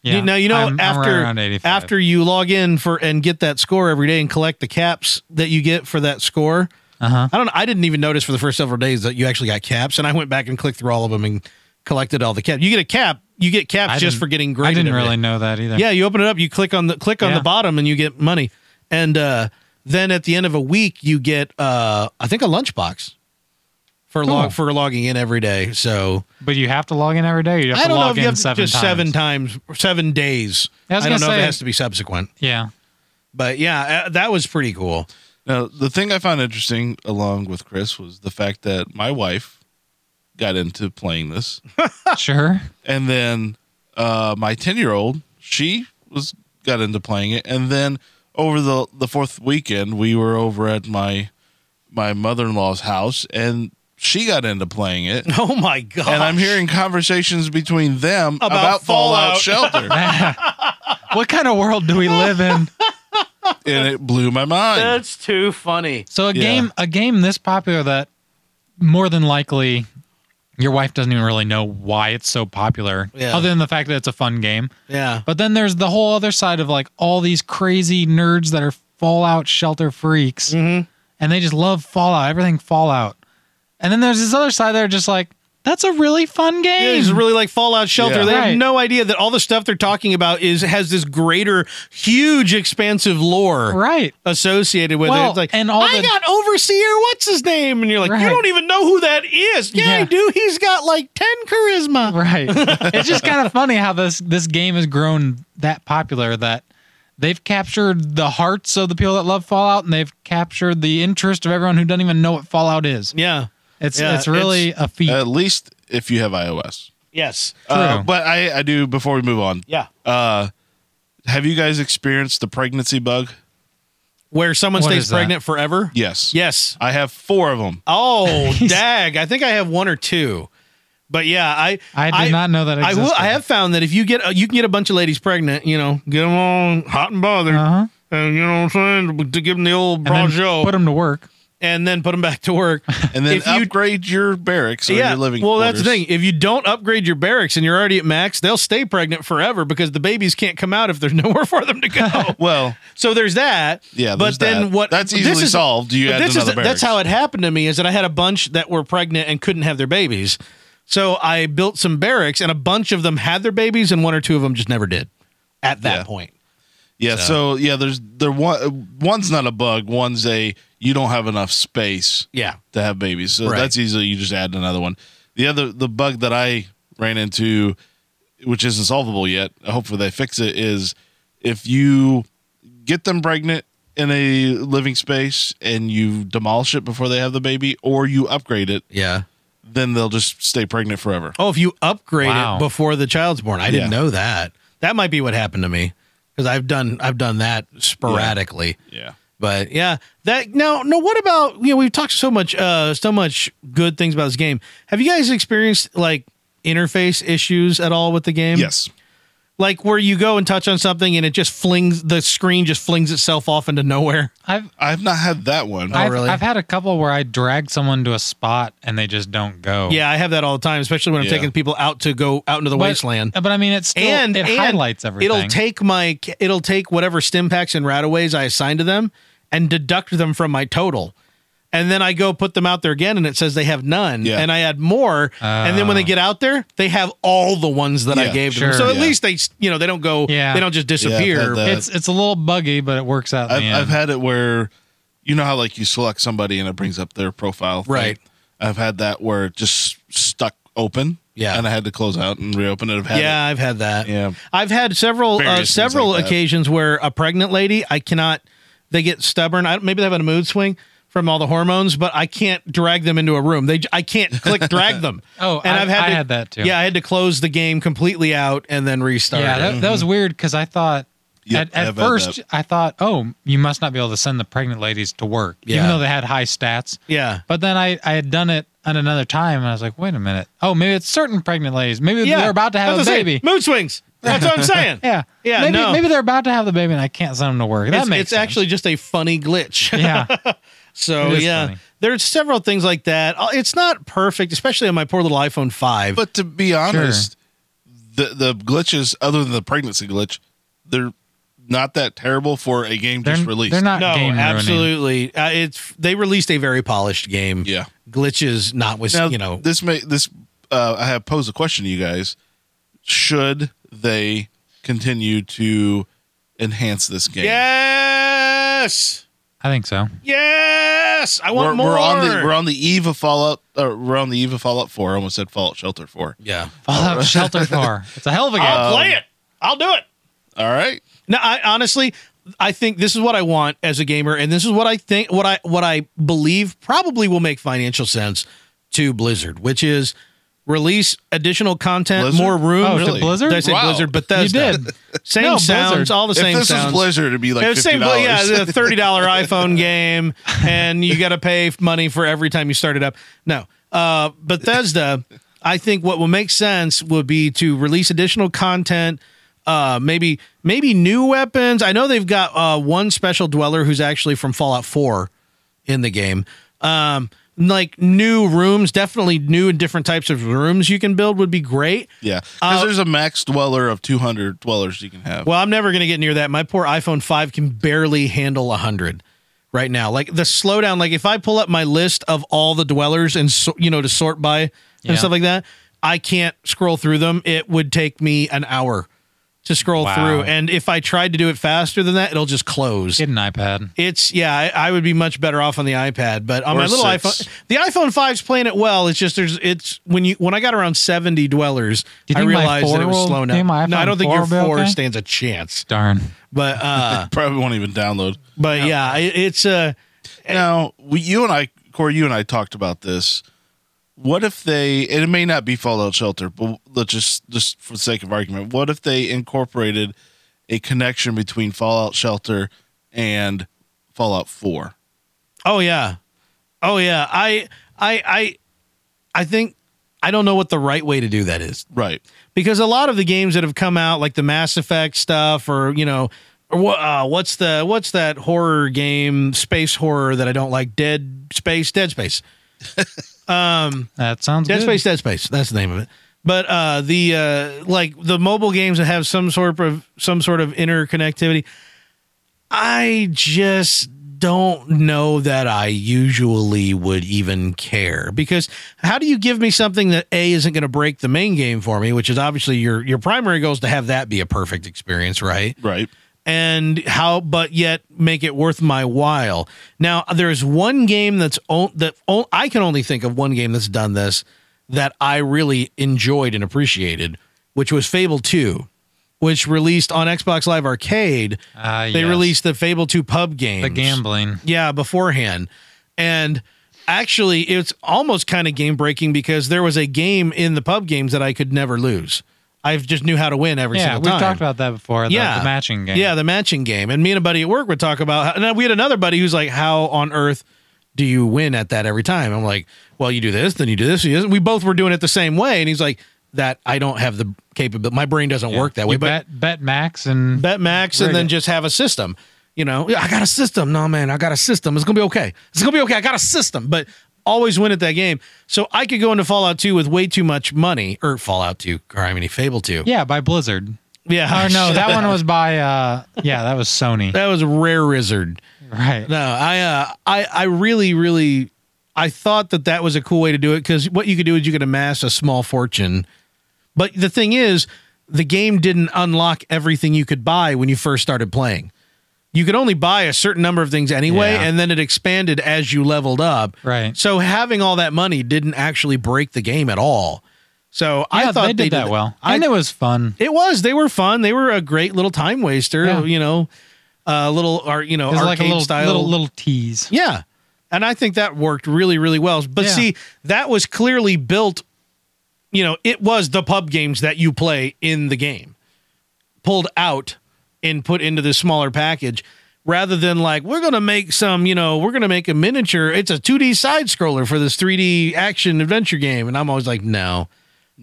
Yeah.
Now you know
I'm- I'm right
after
around 85.
after you log in for and get that score every day and collect the caps that you get for that score.
Uh-huh.
I don't. I didn't even notice for the first several days that you actually got caps, and I went back and clicked through all of them and collected all the caps. You get a cap. You get caps
I
just
didn't-
for getting
I
graded.
didn't
every day.
really know that either.
Yeah, you open it up, you click on the click on
Yeah.
the bottom, and you get money. And uh, then at the end of a week, you get uh, I think a lunchbox for
Cool.
log for logging in every day. So
But you have to log in every day. or You have
I
to
don't know
log
if you have
in
to-
seven
just
times.
seven times or seven days.
Yeah, I was
I, don't know
gonna
if it
say-
has to be subsequent,
Yeah.
but yeah, uh, that was pretty cool.
Now, the thing I found interesting along with Chris was the fact that my wife got into playing this.
Sure.
and then uh, my 10 year old she was got into playing it and then over the the fourth weekend we were over at my my mother-in-law's house and she got into playing it
Oh my god!
and i'm hearing conversations between them
About
about, fallout,
Fallout.
shelter
what kind of world do we live in?
and it blew my mind
that's too funny.
So a
Yeah.
game a game this popular that more than likely your wife doesn't even really know why it's so popular
Yeah.
other than the fact that it's a fun game.
Yeah,
But then there's the whole other side of like all these crazy nerds that are Fallout shelter
Mm.
freaks and they just love Fallout, everything Fallout. And then there's this other side that are just like, that's a really fun
Yeah,
game.
it's really like Fallout Shelter.
Yeah.
They have
Right.
no idea that all the stuff they're talking about is has this greater, huge, expansive lore
right.
associated with it.
Well,
It's like,
and all
I
the-
got overseer. What's his name? And you're like, you
Right.
don't even know who that is. Yeah, I
Yeah.
do. He's got like ten charisma.
Right. it's just kind of funny how this this game has grown that popular that they've captured the hearts of the people that love Fallout and they've captured the interest of everyone who doesn't even know what Fallout is.
Yeah.
It's
Yeah, uh,
it's really a feat.
at least if you have ios
Yes.
Uh,
True.
but I, I do before we move on
Yeah.
uh, have you guys experienced the pregnancy bug
Where someone
What
stays
is that?
pregnant forever.
yes
Yes.
i have four of them
Oh, dag! I think I have one or two. But yeah, I
I did not know that
I
existed.
will. I have found that if you get a, you can get a bunch of ladies pregnant, you know, get them all hot and bothered,
Uh-huh.
and you know what I'm saying, to give them the old
And then
broncho,
put them to work.
and then put them back to work.
and then
If you-
upgrade your barracks or your living
well, that's the
quarters.
thing. If you don't upgrade your barracks and you're already at max, they'll stay pregnant forever because the babies can't come out if there's nowhere for them to go.
Well,
so there's that.
yeah,
but
there's
then
that.
what?
That's
this
easily
is-
solved. You
But
add
this is
another barracks.
that's how it happened to me is that I had a bunch that were pregnant and couldn't have their babies. So I built some barracks and a bunch of them had their babies and one or two of them just never did at that
Yeah.
point.
Yeah, so, yeah, there's there one one's not a bug, one's a you don't have enough space
Yeah.
to have babies. So
Right.
that's easily you just add another one. The other the bug that I ran into, which isn't solvable yet, hopefully they fix it, is if you get them pregnant in a living space and you demolish it before they have the baby or you upgrade it,
Yeah.
then they'll just stay pregnant forever.
Oh, if you upgrade it
Wow.
before the child's born. I didn't
Yeah.
know that. That might be what happened to me because I've done I've done that sporadically.
Yeah.
But yeah, that now no. What about you know we've talked so much uh so much good things about this game. Have you guys experienced like interface issues at all with the game?
Yes.
like where you go and touch on something and it just flings the screen just flings itself off into nowhere.
I've
I've not had that one.
I've,
really?
I've had a couple where I dragged someone to a spot and they just don't go.
Yeah, I have that all the time, especially when I'm
Oh. Yeah.
taking people out to go out into the
But-
wasteland.
But I mean, it's still,
and
it
and
highlights everything.
It'll take my it'll take whatever stim packs and rataways I assign to them and deduct them from my total. And then I go put them out there again and it says they have none.
Yeah.
And I add more. and then when
Ah.
they get out there, they have all the ones that I
Yeah,
gave to them.
sure.
So at
Yeah.
least they s- you know, they don't go
Yeah.
they don't just
Yeah, I've had
disappear.
that.
it's it's a little buggy, but it works out. in
Uh, I've,
the end.
I've had it where you know how like you select somebody and it brings up their profile thing?
Right.
i've had that where it just stuck open
Yeah.
and i had to close out and reopen it i've had
yeah, I've had that.
it. yeah
I've had several uh,
Various things
several
like that.
occasions where a pregnant lady, I cannot. They get stubborn. I, maybe they have a mood swing from all the hormones, but I can't drag them into a room. They, j- I can't click drag them.
Oh, I- I had that too.
Yeah, I had to close the game completely out and then restart.
yeah,
it.
that, that was weird because I thought
Yep,
at, at
I've had
first
that.
I thought, oh, you must not be able to send the pregnant ladies to work,
Yeah.
even though they had high stats.
yeah.
But then I, I had done it at another time, and I was like, wait a minute. Oh, maybe it's certain pregnant ladies. Maybe
Yeah,
they're about to have
that's
a
what I'm
baby.
saying. Mood swings. That's what I'm saying.
Yeah.
Yeah,
Maybe,
no.
maybe they're about to have the baby, and I can't send them to work. That
it's,
makes
it's
sense.
actually just a funny glitch.
yeah.
so
It is
yeah,
funny.
there's several things like that. Uh, It's not perfect, especially on my poor little iPhone five.
but to be honest the the glitches other than the pregnancy glitch they're not that terrible for a game
They're,
just released
they're not
no,
game ruining.
absolutely. Uh, it's they released a very polished game.
yeah
glitches not with
now
you know
this may this uh i have posed a question to you guys should they continue to enhance this game
yes
I think so.
yes i want
we're,
more
we're on the we're on the eve of Fallout. Uh, we're on the eve of Fallout Four. I almost said Fallout Shelter Four.
yeah
Fallout Shelter 4. It's a hell of a game.
i'll play it i'll do it
All right.
no i honestly i think this is what i want as a gamer and this is what i think what i what i believe probably will make financial sense to blizzard which is release additional content
Blizzard?
more room
Oh, to
Really?
Blizzard?
Did i say
Wow.
blizzard bethesda
You did.
same
No,
sounds
Blizzard.
all the same
if this
sounds
was Blizzard, it'd be like
It was
fifty
same, but
dollars.
yeah, the thirty dollar iPhone game, and you got to pay money for every time you start it up. No, uh, Bethesda. I think what will make sense would be to release additional content, uh, maybe maybe new weapons. I know they've got uh, one special dweller who's actually from Fallout Four in the game. Um, like new rooms, definitely new and different types of rooms you can build would be great.
yeah,
Uh,
because there's a max dweller of two hundred dwellers you can have.
Well, I'm never going to get near that. My poor iPhone 5 can barely handle 100 right now. Like the slowdown, like if I pull up my list of all the dwellers and, so, you know, to sort by and
Yeah.
stuff like that, I can't scroll through them. It would take me an hour to scroll
Wow.
through. And if I tried to do it faster than that, it'll just close.
Get an iPad.
it's yeah, I, I would be much better off on the iPad, but on
Or
my little
six.
iPhone, the iPhone 5's playing it well. It's just there's it's when you when I got around seventy dwellers,
Do you
I
think my
realized that
four
it was
will-
slowing
do you
up.
think my
No, I
iPhone
don't think
four
your
will be
four
okay?
stands a chance
Darn.
but uh
Probably won't even download.
but yeah it, it's uh
Now, we, you and I, Corey, you and I talked about this. What if they? And it may not be Fallout Shelter, but let's just just for the sake of argument, what if they incorporated a connection between Fallout Shelter and Fallout Four?
oh yeah oh yeah i i i i think i don't know what the right way to do that is
Right.
because a lot of the games that have come out like the mass effect stuff or you know or what uh, what's the what's that horror game space horror that i don't like dead space dead space
That sounds
Dead
good.
Space, Dead Space. That's the name of it. But uh, the uh, like the mobile games that have some sort of some sort of interconnectivity, I just don't know that I usually would even care because how do you give me something that a isn't going to break the main game for me, which is obviously your your primary goal is to have that be a perfect experience, right?
Right.
and how but yet make it worth my while now there's one game that's on, that on, i can only think of one game that's done this that i really enjoyed and appreciated which was fable 2 which released on xbox live arcade
Ah,
they
yes.
released the fable 2 pub game
the gambling.
yeah beforehand and actually it's almost kind of game breaking because there was a game in the pub games that i could never lose i just knew how to win every
Yeah,
single
we've
time
talked about that before. The,
Yeah.
the matching game.
yeah, the matching game. And me and a buddy at work would talk about how, and then we had another buddy who's like, How on earth do you win at that every time? I'm like, Well, you do this, then you do this, you do this. We both were doing it the same way. And he's like, that I don't have the capability. My brain doesn't work that way.
You
but
bet, bet max and
bet max and then
Right.
just have a system. You know, "Yeah, I got a system. No, man, I got a system. It's gonna be okay. It's gonna be okay. I got a system. But always win at that game. So I could go into Fallout 2 with way too much money, or Fallout 2, or I mean Fable 2.
yeah, by Blizzard.
Yeah.
Oh no, that one was by uh yeah, that was Sony.
that was Rare Wizard.
Right.
No, I, uh, I, I really, really, I thought that that was a cool way to do it because what you could do is you could amass a small fortune. But the thing is, the game didn't unlock everything you could buy when you first started playing. You could only buy a certain number of things anyway,
Yeah.
and then it expanded as you leveled up.
Right.
So having all that money didn't actually break the game at all. So I
Yeah,
thought
they did that well.
I
and it was fun.
it was. They were fun. They were a great little time waster.
Yeah.
You know, uh, little art. You know,
It was
arcade
like a little
style.
little little tease.
Yeah. And I think that worked really, really well. But
Yeah.
see, that was clearly built, you know, it was the pub games that you play in the game, pulled out and put into this smaller package rather than like, we're going to make some, you know, we're going to make a miniature. It's a 2D side scroller for this 3D action adventure game. And I'm always like, no.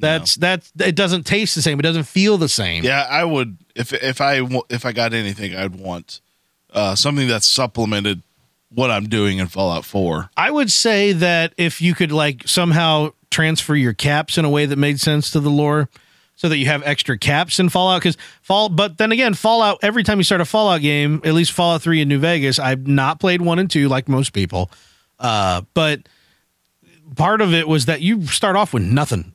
That's that's it doesn't taste the same. It doesn't feel the same.
Yeah, I would if if I wa- if I got anything, I'd want uh, something that supplemented what I'm doing in Fallout Four.
I would say that if you could like somehow transfer your caps in a way that made sense to the lore, so that you have extra caps in Fallout, because Fall. But then again, Fallout. Every time you start a Fallout game, at least Fallout Three in New Vegas, I've not played one and two like most people, uh, but part of it was that you start off with nothing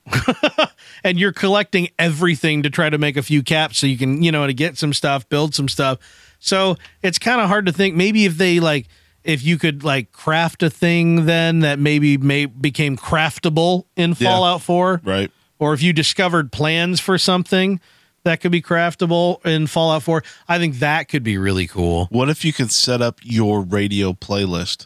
and you're collecting everything to try to make a few caps so you can you know to get some stuff build some stuff so it's kind of hard to think maybe if they like if you could like craft a thing then that maybe may became craftable in
Yeah.
fallout 4
Right.
or if you discovered plans for something that could be craftable in fallout 4 i think that could be really cool
What if you could set up your radio playlist?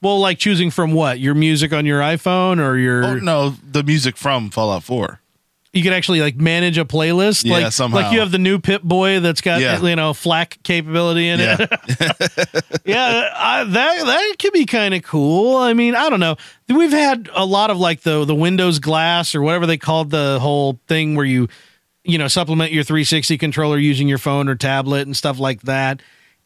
well like choosing from what your music on your iphone or your
Oh no, the music from Fallout Four.
you can actually like manage a playlist.
Yeah,
like,
somehow.
like you have the new Pip Boy that's got
Yeah.
you know FLAC capability in
Yeah,
it. yeah, I, that that could be kind of cool. I mean, I don't know. We've had a lot of like the the Windows Glass or whatever they called the whole thing where you you know supplement your 360 controller using your phone or tablet and stuff like that.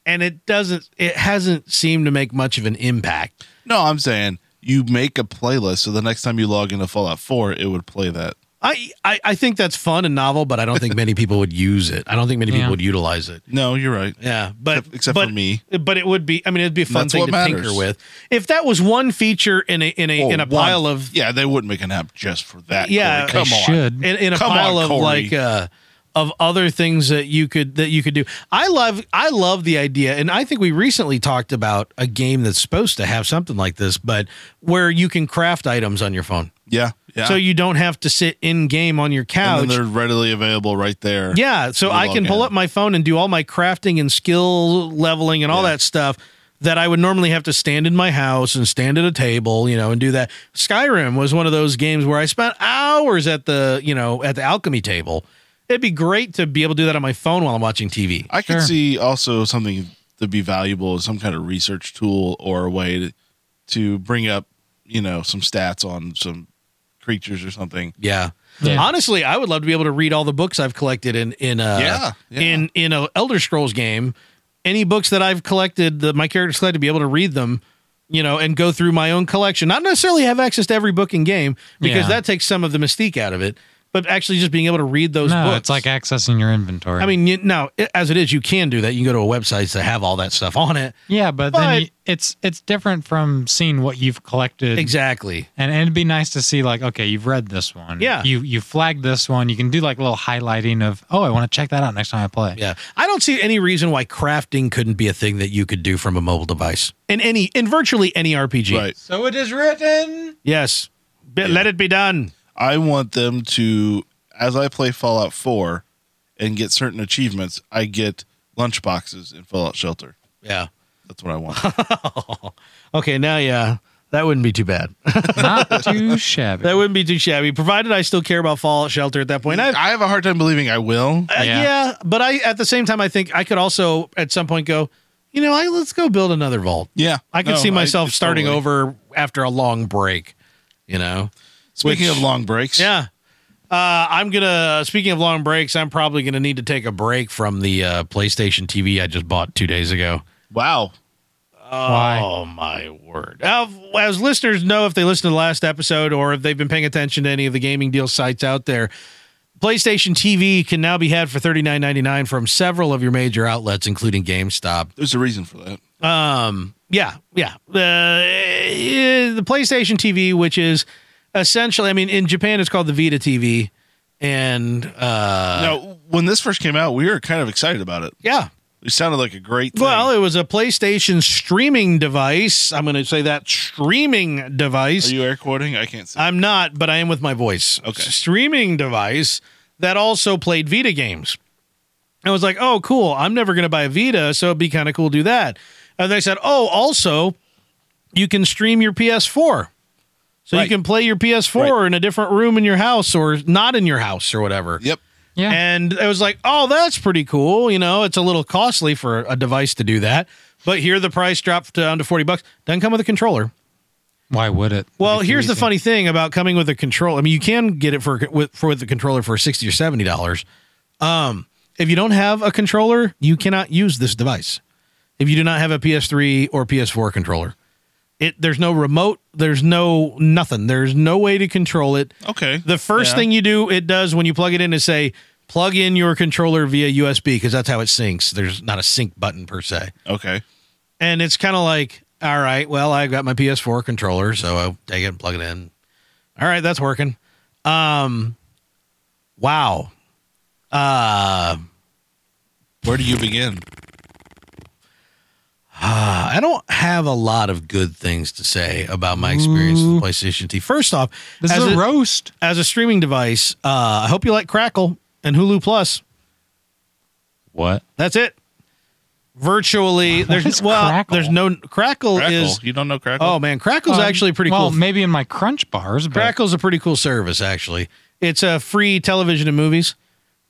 And it doesn't. It hasn't seemed to make much of an impact.
no, I'm saying you make a playlist so the next time you log into Fallout Four, it would play that.
I, I, I think that's fun and novel, but I don't think many people would use it. I don't think many
Yeah.
people would utilize it.
No, you're right.
Yeah, but
Except- except
but-
for me.
But it would be. I mean, it'd be a fun
That's
thing
what
to tinker
matters.
with. If that was one feature in a in a in a
Oh,
pile
one-
of
yeah, they wouldn't make an app just for that.
Yeah,
Corey.
They
come on.
should.
in, in a
Come on,
pile of
Corey.
like uh, of other things that you could that you could do. I love I love the idea, and I think we recently talked about a game that's supposed to have something like this, but where you can craft items on your phone,
Yeah, yeah.
so you don't have to sit in game on your
and then
couch.
they're readily available right there.
Yeah, so
You
I
log
can pull
in.
up my phone and do all my crafting and skill leveling and all
Yeah.
that stuff that I would normally have to stand in my house and stand at a table, you know, and do that. Skyrim was one of those games where I spent hours at the, you know, at the alchemy table. It'd be great to be able to do that on my phone while I'm watching TV.
I could
Sure.
see also something that'd be valuable as some kind of research tool or a way to, to bring up, you know, some stats on some creatures or something.
Yeah.
Yeah.
Honestly, I would love to be able to read all the books I've collected in in uh
Yeah, yeah.
in in a Elder Scrolls game. Any books that I've collected that my characters collected, be able to read them, you know, and go through my own collection. Not necessarily have access to every book in game because
Yeah.
that takes some of the mystique out of it. But actually, just being able to read those
no,
books.
it's like accessing your inventory.
I mean, you, now i- as it is, you can do that. You can go to a website that have all that stuff on it.
yeah, but,
but-
then you, it's it's different from seeing what you've collected.
Exactly.
And, and it'd be nice to see like, okay, you've read this one.
Yeah.
You you flagged this one. You can do like a little highlighting of, oh, I want to check that out next time I play.
Yeah. I don't see any reason why crafting couldn't be a thing that you could do from a mobile device in any in virtually any RPG.
Right.
So it is written.
Yes. Be- Let it be done.
I want them to, as I play Fallout 4 and get certain achievements, I get lunchboxes in Fallout Shelter.
Yeah.
That's what I want.
Okay. Now, yeah, that wouldn't be too bad.
Not too shabby.
that wouldn't be too shabby, provided I still care about Fallout Shelter at that point. I,
I have a hard time believing I will.
uh, yeah.
Yeah.
but I at the same time, I think I could also at some point go, you know, I let's go build another vault.
Yeah.
Oh, I could
No,
see myself
it's
starting
totally-
over after a long break. you know?
Speaking
Which-
of long breaks,
Yeah. Uh, I'm gonna. Speaking of long breaks, I'm probably gonna need to take a break from the uh, PlayStation TV I just bought two days ago.
Wow.
Why?
Oh my word! Uh, As listeners know, if they listened to the last episode or if they've been paying attention to any of the gaming deal sites out there, PlayStation TV can now be had for thirty nine ninety nine from several of your major outlets, including GameStop.
There's a reason for that.
Um, yeah, yeah. The eh, the PlayStation TV, which is essentially, I mean, in Japan it's called the Vita TV, and uh,
now, when this first came out, we were kind of excited about it.
yeah.
It sounded like a great thing.
Well, it was a PlayStation streaming device. I'm going to say that streaming
Are
device.
you air quoting? I can't see.
I'm not, but I am with my voice.
Okay.
Streaming device that also played Vita games. I was like, oh, cool. I'm never going to buy a Vita, so it'd be kind of cool to do that. And they said, oh, also, you can stream your PS4. So
Right.
you can play your PS4 in a different room in your house or not in your house or whatever.
yep.
Yeah.
And it was like, oh, that's pretty cool. You know, it's a little costly for a device to do that. But here the price dropped down to 40 bucks. Doesn't come with a controller.
Why would it?
Well,
It's
here's the
easy.
funny thing about coming with a controller. I mean, you can get it for with for with the controller for sixty or seventy dollars. Um, if you don't have a controller, you cannot use this device. If you do not have a PS3 or PS4 controller, it there's no remote, there's no nothing, there's no way to control it.
Okay.
The first
Yeah.
thing you do, it does when you plug it in is say plug in your controller via USB because that's how it syncs. There's not a sync button per se
Okay.
and it's kind of like, all right, well, I've got my PS4 controller, so I'll take it and plug it in. All right, that's working. Um, wow. Uh,
Where do you begin?
I don't have a lot of good things to say about my experience
Ooh.
with the PlayStation T. First off,
This
as
is a
a,
roast.
as a streaming device, uh, I hope you like Crackle and Hulu Plus.
What?
That's it. Virtually,
is
there's well,
Crackle?
there's no Crackle,
Crackle.
is
you don't know Crackle?
oh man, Crackle's actually pretty
Um, well,
cool.
maybe in my crunch bars, but
Crackle's a pretty cool service, actually. It's a free television and movies,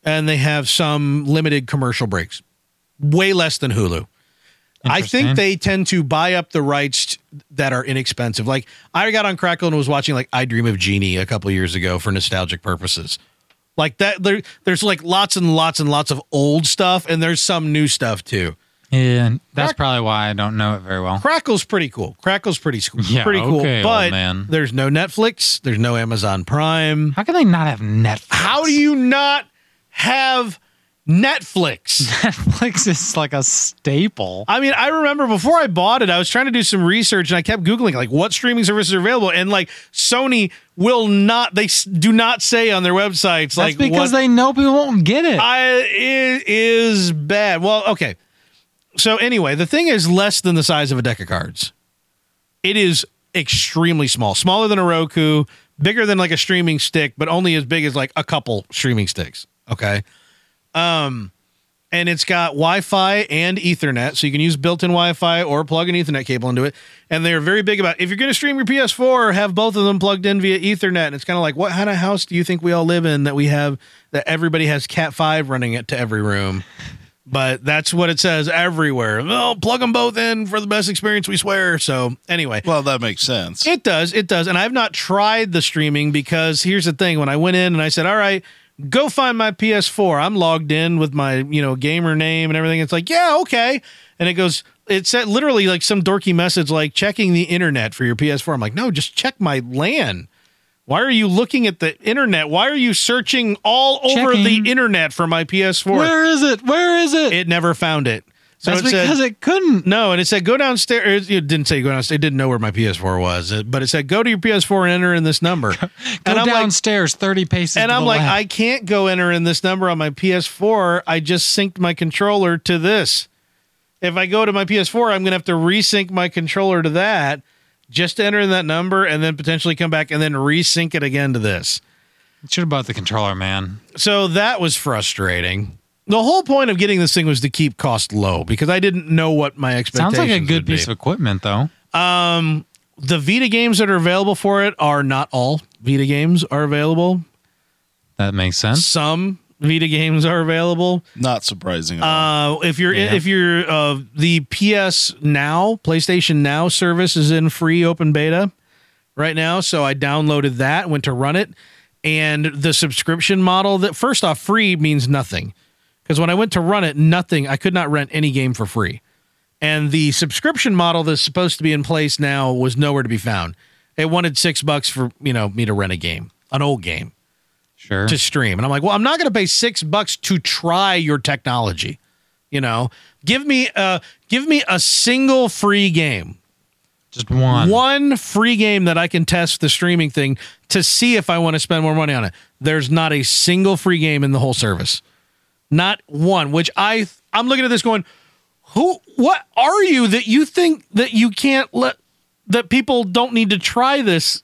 and they have some limited commercial breaks, way less than Hulu. I
Interesting.
think they tend to buy up the rights that are inexpensive. Like I got on Crackle and was watching like I Dream of Genie a couple years ago for nostalgic purposes. Like that, there, there's like lots and lots and lots of old stuff, and there's some new stuff too.
Yeah, and that's
Crack-
probably why I don't know it very well.
Crackle's pretty cool. Crackle's pretty s-
Yeah,
pretty cool,
okay, old
but
man.
there's no Netflix, there's no Amazon Prime.
How can they not have Netflix?
How do you not have Netflix?
Netflix is like a staple.
I mean, I remember before I bought it, I was trying to do some research and I kept Googling like what streaming services are available. And like Sony will not, they s- do not say on their websites,
That's
like,
because
what
they know people won't get it.
I, it is bad. Well, okay. So anyway, the thing is less than the size of a deck of cards. It is extremely small, smaller than a Roku, bigger than like a streaming stick, but only as big as like a couple streaming sticks. Okay. Um, and it's got Wi-Fi and Ethernet, so you can use built-in Wi-Fi or plug an Ethernet cable into it. And they're very big about if you're going to stream your PS4, have both of them plugged in via Ethernet. And it's kind of like, what kind of house do you think we all live in that we have that everybody has Cat Five running it to every room? but that's what it says everywhere. Well, plug them both in for the best experience, we swear. So anyway,
Well, that makes sense.
it does, it does, and I've not tried the streaming because here's the thing: when I went in and I said, "All right, go find my PS4," I'm logged in with my you know gamer name and everything. It's like, yeah, okay, and it goes. It said literally like some dorky message like checking the internet for your PS4. I'm like, no, just check my LAN. Why are you looking at the internet? Why are you searching all over
Checking.
the internet for my PS4?
Where is it? Where is it?
it never found it. So
that's
it said,
because it couldn't.
no, and it said go downstairs. It didn't say go downstairs. It didn't know where my PS4 was, It- but it said go to your PS4 and enter in this number.
Go
and I'm like,
downstairs thirty paces.
and
to
I'm
the
like,
left.
I can't go enter in this number on my PS4. I just synced my controller to this. If I go to my PS4, I'm gonna have to resync my controller to that just to enter in that number, and then potentially come back and then resync it again to this.
should have bought the controller, man.
So that was frustrating. The whole point of getting this thing was to keep cost low because I didn't know what my expectations.
Sounds like a good
would be.
piece of equipment, though.
the Vita games that are available for it are not all Vita games are available.
That makes sense.
Some Vita games are available.
Not surprising. at all.
Uh, if you're
Yeah.
if you're uh, the PS Now PlayStation Now service is in free open beta, right now. So I downloaded that, went to run it, and the subscription model that first off free means nothing. Because when I went to run it, nothing, I could not rent any game for free. And the subscription model that's supposed to be in place now was nowhere to be found. It wanted six bucks for, you know, me to rent a game, an old game
Sure.
to stream. And I'm like, well, I'm not going to pay six bucks to try your technology. You know, give me a give me a single free game,
Just one.
one free game that I can test the streaming thing to see if I want to spend more money on it. There's not a single free game in the whole service, not one. Which I I'm looking at this going, who? What are you that you think that you can't let that people don't need to try this?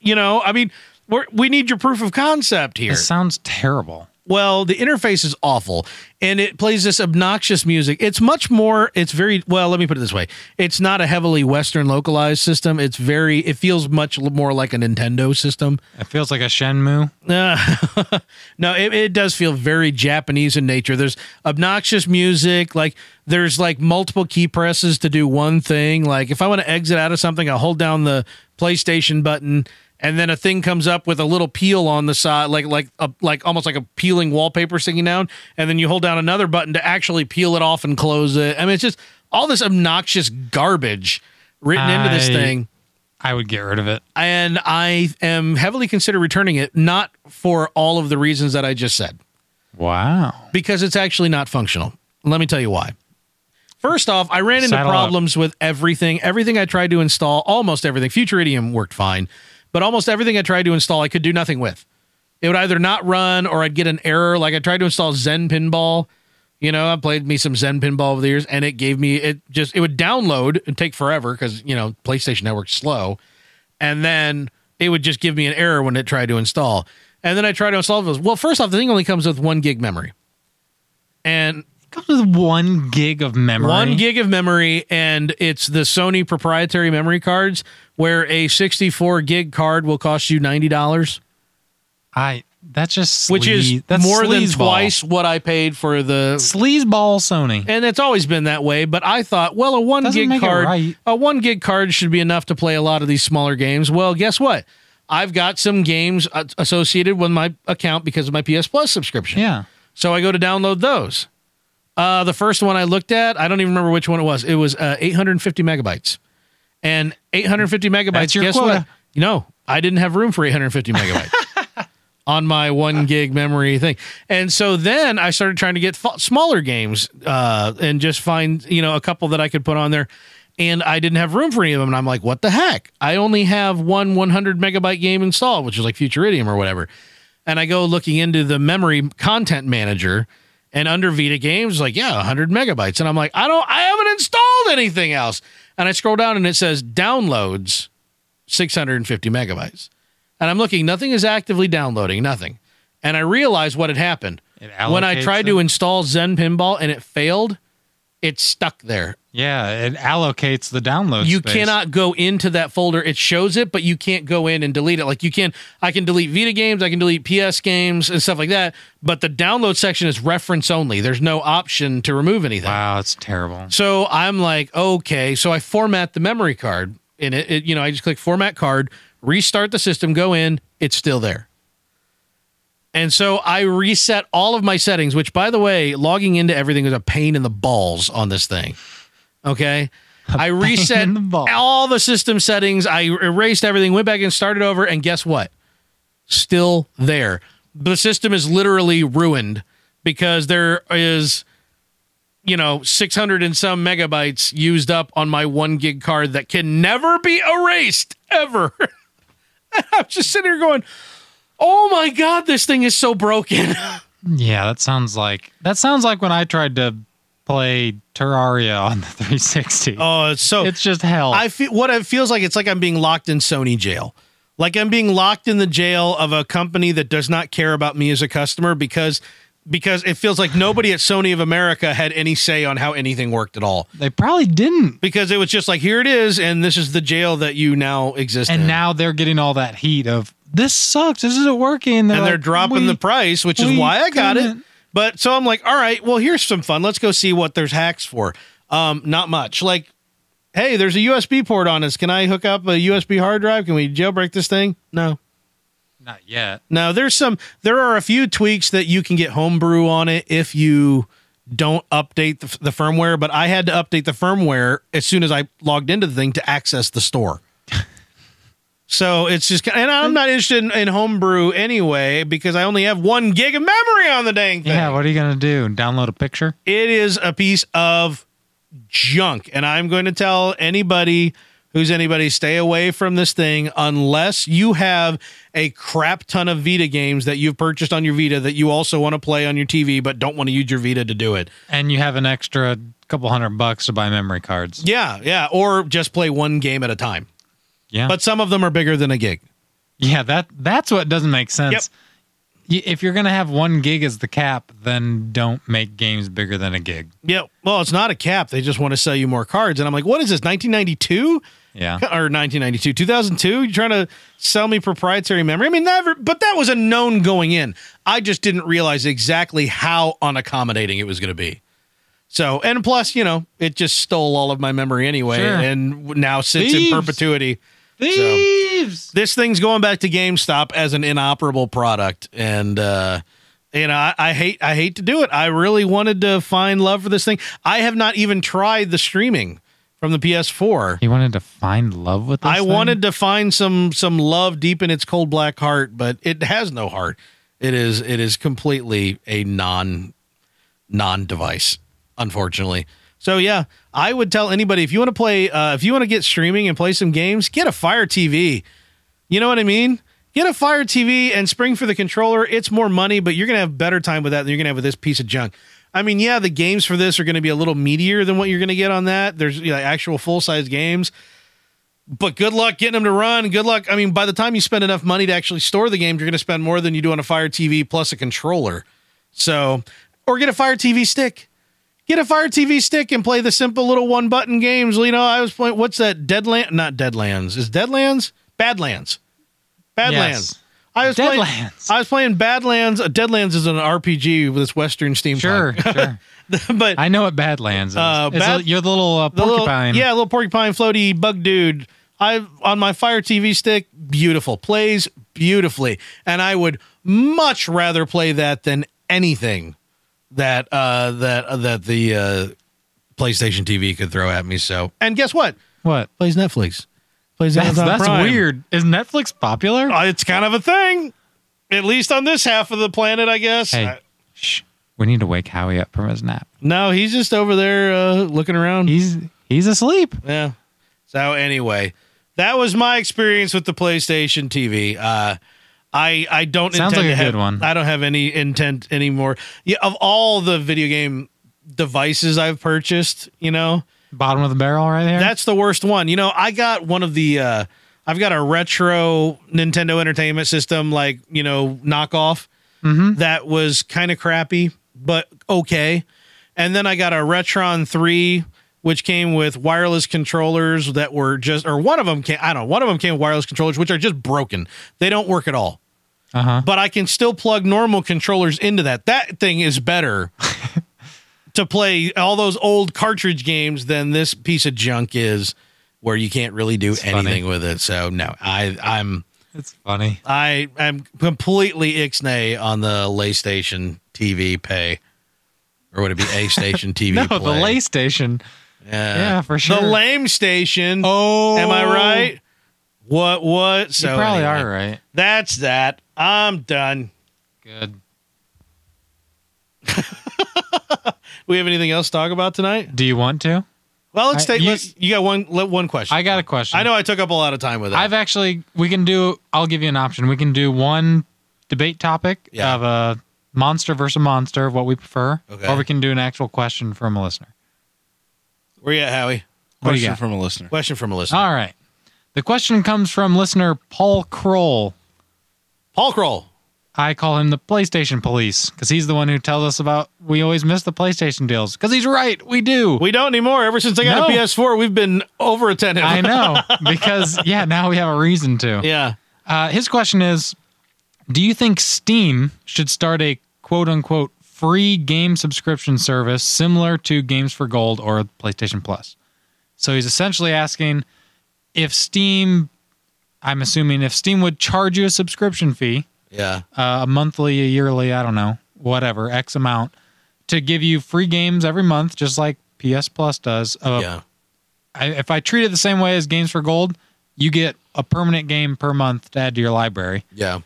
You know, I mean, we're, we need your proof of concept here.
It sounds terrible.
Well, the interface is awful and it plays this obnoxious music. It's much more, it's very, well, let me put it this way. It's not a heavily Western localized system. It's very, it feels much l- more like a Nintendo system.
It feels like a Shenmue.
Uh, no, it, it does feel very Japanese in nature. There's obnoxious music. Like there's like multiple key presses to do one thing. Like if I want to exit out of something, I'll hold down the PlayStation button, and then a thing comes up with a little peel on the side, like like a, like almost like a peeling wallpaper sticking down, and then you hold down another button to actually peel it off and close it. I mean, it's just all this obnoxious garbage written into this
I-
thing
I would get rid of it.
and I am heavily consider returning it, not for all of the reasons that I just said,
Wow.
because it's actually not functional. Let me tell you why. First off, I ran into
Saddle up.
problems with everything. Everything I tried to install, almost everything, Future Idiom worked fine, but almost everything I tried to install, I could do nothing with. It would either not run or I'd get an error. Like I tried to install Zen Pinball. You know, I played me some Zen Pinball over the years, and it gave me it just it would download and take forever because you know PlayStation Network's slow and then it would just give me an error when it tried to install. And then I tried to install those. Well, first off, the thing only comes with one gig memory, and
Comes with one gig of memory.
one gig of memory, and it's the Sony proprietary memory cards, where a 64 gig card will cost you ninety dollars,
I. That's just
which is
sleaze- that's
more than
sleazeball.
twice what I paid for the
Sleazeball Sony.
and it's always been that way. But I thought, well, a one
Doesn't
gig
make it
card,
right.
a one gig card should be enough to play a lot of these smaller games. Well, guess what? I've got some games uh, associated with my account because of my PS Plus subscription.
Yeah.
So I go to download those. Uh, the first one I looked at, I don't even remember which one it was. It was uh, 850 megabytes, and 850 megabytes.
That's your
guess
quota.
what? You know, I didn't have room for 850 megabytes on my one gig memory thing. And so then I started trying to get f- smaller games uh, and just find, you know, a couple that I could put on there. And I didn't have room for any of them. And I'm like, what the heck? I only have one 100 megabyte game installed, which is like Futuridium or whatever. And I go looking into the memory content manager and under Vita Games, like, yeah, 100 megabytes. And I'm like, I don't, I haven't installed anything else. And I scroll down and it says downloads 650 megabytes. And I'm looking, nothing is actively downloading, nothing. And I realized what had happened.
It
When I
allocates
tried
it.
to install Zen Pinball and it failed, it stuck there.
Yeah, it allocates the download.
You
space.
cannot go into that folder. It shows it, but you can't go in and delete it. Like you can, I can delete Vita games, I can delete PS games and stuff like that. But the download section is reference only. There's no option to remove anything.
Wow, it's terrible.
So I'm like, okay. So I format the memory card and it, it, you know, I just click format card, restart the system, go in, it's still there. And so I reset all of my settings, which by the way, logging into everything is a pain in the balls on this thing. Okay. I reset
in the balls.
all the system settings. I erased everything, went back and started over. And guess what? Still there. The system is literally ruined because there is you know 600 and some megabytes used up on my one gig card that can never be erased ever i'm just sitting here going oh my god this thing is so broken
Yeah, that sounds like that sounds like when I tried to play Terraria on the 360.
oh it's so
it's just hell.
i feel what it feels like it's like i'm being locked in sony jail like i'm being locked in the jail of a company that does not care about me as a customer because because it feels like nobody at sony of america had any say on how anything worked at all
they probably didn't.
because it was just like here it is and this is the jail that you now exist
And
in
now they're getting all that heat of this sucks. This isn't working.
and they're
like,
dropping
"We-
the price, which is
we
why I got it.
couldn't.
But so I'm like, all right, well, here's some fun. Let's go see what there's hacks for. Um, not much. Like hey, there's a USB port on this. Can I hook up a USB hard drive? Can we jailbreak this thing? No.
Not yet.
No, there's some there are a few tweaks that you can get homebrew on it if you don't update the, the firmware, but I had to update the firmware as soon as I logged into the thing to access the store. so it's just and I'm not interested in, in homebrew anyway because I only have 1 gig of memory on the dang thing.
Yeah, what are you gonna do? Download a picture?
It is a piece of junk. And I'm going to tell anybody who's anybody stay away from this thing unless you have a crap ton of Vita games that you've purchased on your Vita that you also want to play on your TV but don't want to use your Vita to do it.
And you have an extra couple hundred bucks to buy memory cards.
Yeah, yeah. Or just play one game at a time.
Yeah.
But some of them are bigger than a gig.
Yeah, that that's what doesn't make sense. Y If you're gonna have one gig as the cap, then don't make games bigger than a gig.
Yeah. Well, it's not a cap. They just want to sell you more cards. And I'm like, what is this, 1992?
Yeah,
or 1992, 2002. You're trying to sell me proprietary memory. I mean, never, but that was a known going in. I just didn't realize exactly how unaccommodating it was going to be. So, and plus, you know, it just stole all of my memory anyway,
Sure.
and w- now sits
Thieves.
in perpetuity.
thieves.
This thing's going back to GameStop as an inoperable product, and uh, you know, I, I hate, I hate to do it. I really wanted to find love for this thing. I have not even tried the streaming from the PS4.
He wanted to find love with. This
I
thing?
wanted to find some some love deep in its cold black heart, but it has no heart. It is it is completely a non non device, unfortunately. So yeah, I would tell anybody if you want to play, uh, if you want to get streaming and play some games, get a Fire TV. You know what I mean? Get a Fire TV and spring for the controller. It's more money, but you're gonna have better time with that than you're gonna have with this piece of junk. I mean, yeah, the games for this are gonna be a little meatier than what you're gonna get on that. There's you know, actual full size games, but good luck getting them to run. Good luck. I mean, by the time you spend enough money to actually store the games, you're gonna spend more than you do on a Fire TV plus a controller. So, or get a Fire TV stick. Get a Fire TV stick and play the simple little one button games. You know, I was playing. What's that? Deadland? Not Deadlands. Is Deadlands? Badlands. Badlands.
Yes.
I was playing.
Deadlands.
I was playing Badlands. Uh, Deadlands is an RPG with this Western steampunk.
Sure, sure.
but
I know what Badlands is.
Uh,
It's
Bad-
a- you're the little uh,
the little,
porcupine.
yeah, little porcupine floaty bug dude. I on my Fire TV stick, beautiful plays beautifully, and I would much rather play that than anything that uh, that that the uh, PlayStation TV could throw at me. So, and guess what?
What?
Plays Netflix. Plays
That's,
Amazon
that's
Prime.
weird. Is Netflix popular?
Uh, It's kind of a thing, at least on this half of the planet, I guess.
hey,
I-
shh. We need to wake Howie up from his nap.
no, he's just over there uh, looking around.
He's he's asleep.
Yeah. So anyway, that was my experience with the PlayStation TV. Uh, I I don't
Sounds
intend
like a
to have,
good one.
I don't have any intent anymore. Yeah, of all the video game devices I've purchased, you know,
Bottom of the barrel, right there.
that's the worst one. You know, I got one of the uh I've got a retro Nintendo Entertainment System like, you know, knockoff that was kind of crappy, but okay. And then I got a Retron 3 which came with wireless controllers that were just or one of them came I don't know, one of them came with wireless controllers which are just broken. They don't work at all
uh huh.
but I can still plug normal controllers into that. That thing is better to play all those old cartridge games than this piece of junk is where you can't really do
funny.
anything with it. So no, I I'm
It's funny.
I am completely ixnay on the Laystation TV pay. Or would it be A Station TV?
No, the
play?
lay station. yeah, for sure.
The lame station.
Oh,
am I right? What? What?
You
So
probably
anyway,
are right.
That's that. I'm done.
Good.
We have anything else to talk about tonight?
Do you want to?
Well, let's
I-
take.
you-
let's, you got one. let- One question.
I
I,
got a question.
know I took up a lot of time with it.
I've actually. We can do. I'll give you an option. We can do one debate topic
Yeah.
of a monster versus monster, what we prefer,
Okay.
or we can do an actual question from a listener.
Where you at, Howie?
What do you
Question
got?
from a listener.
Question from a listener.
All right. The question comes from listener Paul Kroll.
Paul Kroll.
I call him the PlayStation police because he's the one who tells us about we always miss the PlayStation deals because he's right. We do.
We don't anymore. Ever since I got
No.
a PS4, we've been over attentive.
I know because yeah, now we have a reason to.
yeah.
Uh, his question is, do you think Steam should start a quote unquote free game subscription service similar to Games for Gold or PlayStation Plus? So he's essentially asking if Steam, I'm assuming, if Steam would charge you a subscription fee,
Yeah.
uh, a monthly, a yearly, I don't know, whatever, X amount, to give you free games every month, just like PS Plus does. Uh,
Yeah.
I, if I treat it the same way as Games for Gold, you get a permanent game per month to add to your library.
Yeah.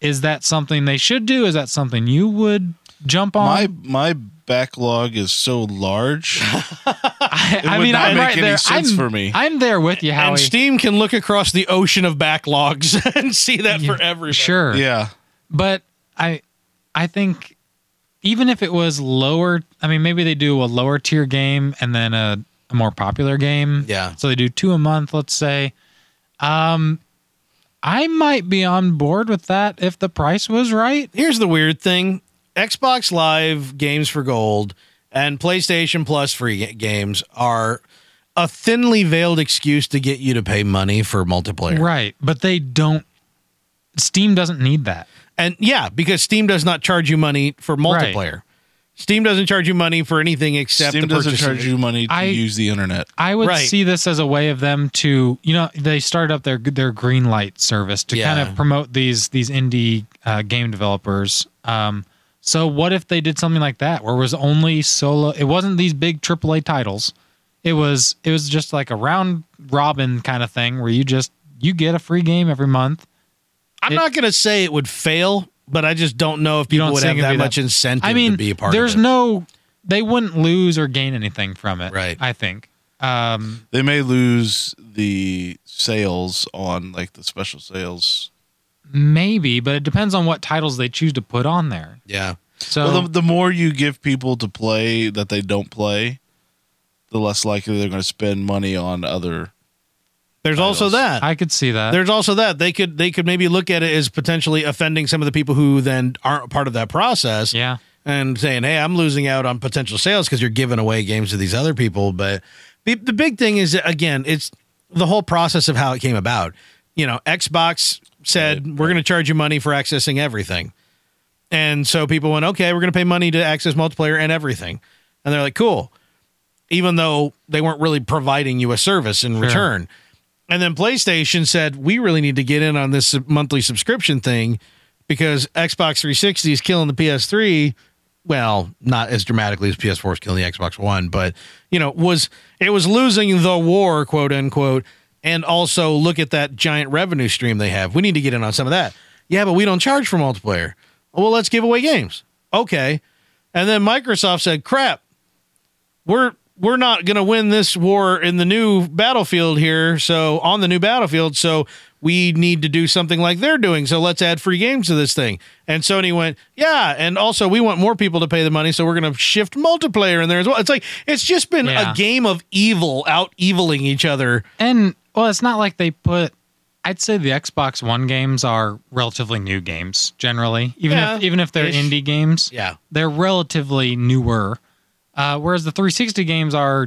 Is that something they should do? Is that something you would jump on?
My my backlog is so large.
I, I
would
mean,
not
I'm
make
right
any
there.
sense
I'm,
for me.
I'm there with you, Howie.
And Steam can look across the ocean of backlogs and see that
Yeah,
for everybody.
sure.
yeah.
but I I think even if it was lower, I mean maybe they do a lower tier game and then a, a more popular game.
Yeah.
So they do two a month, let's say. Um I might be on board with that if the price was right.
Here's the weird thing: Xbox Live games for gold and PlayStation Plus free ga- games are a thinly veiled excuse to get you to pay money for multiplayer.
Right. But they don't Steam doesn't need that.
And yeah, because Steam does not charge you money for
Right.
multiplayer. Steam doesn't charge you money for anything except
Steam
the
doesn't
purchase of
charge
it.
you money to
I-
use the internet.
I would
Right.
see this as a way of them to, you know, they started up their their green light service to
Yeah.
kind of promote these these indie uh, game developers. Um, so what if they did something like that, where it was only solo? It wasn't these big AAA titles. It was it was just like a round robin kind of thing where you just you get a free game every month.
I'm
It-
not going to say it would fail, but I just don't know if
You
people
don't
would
think
have
it'd
that
be that-
much incentive
I mean,
to be a part
there's
of it.
no they wouldn't lose or gain anything from it.
Right.
I think. Um,
They may lose the sales on like the special sales.
maybe, but it depends on what titles they choose to put on there.
Yeah.
So
well, the, the more you give people to play that they don't play, the less likely they're going to spend money on other.
there's also
titles.
that.
I uh, could see that.
there's also that they could they could maybe look at it as potentially offending some of the people who then aren't a part of that process
yeah.
and saying, "Hey, I'm losing out on potential sales because you're giving away games to these other people." But the, the big thing is again, it's the whole process of how it came about. You know, Xbox said we're going to charge you money for accessing everything, and so people went, "Okay, we're going to pay money to access multiplayer and everything," and they're like, "Cool," even though they weren't really providing you a service in return. And then PlayStation said, "We really need to get in on this monthly subscription thing." Because Xbox 360 is killing the PS3, well, not as dramatically as PS4 is killing the Xbox One, but you know, was it was losing the war, quote unquote, and also look at that giant revenue stream they have. We need to get in on some of that. Yeah, but we don't charge for multiplayer. Well, let's give away games. Okay. And then Microsoft said, crap, we're we're not going to win this war in the new battlefield here so on the new battlefield so we need to do something like they're doing so let's add free games to this thing and sony went yeah and also we want more people to pay the money so we're going to shift multiplayer in there as well it's like it's just been
Yeah.
a game of evil out eviling each other
And well, it's not like they put I'd say the Xbox One games are relatively new games generally. Even
Yeah,
if even if they're
ish.
indie games,
yeah
they're relatively newer. Uh, whereas the 360 games are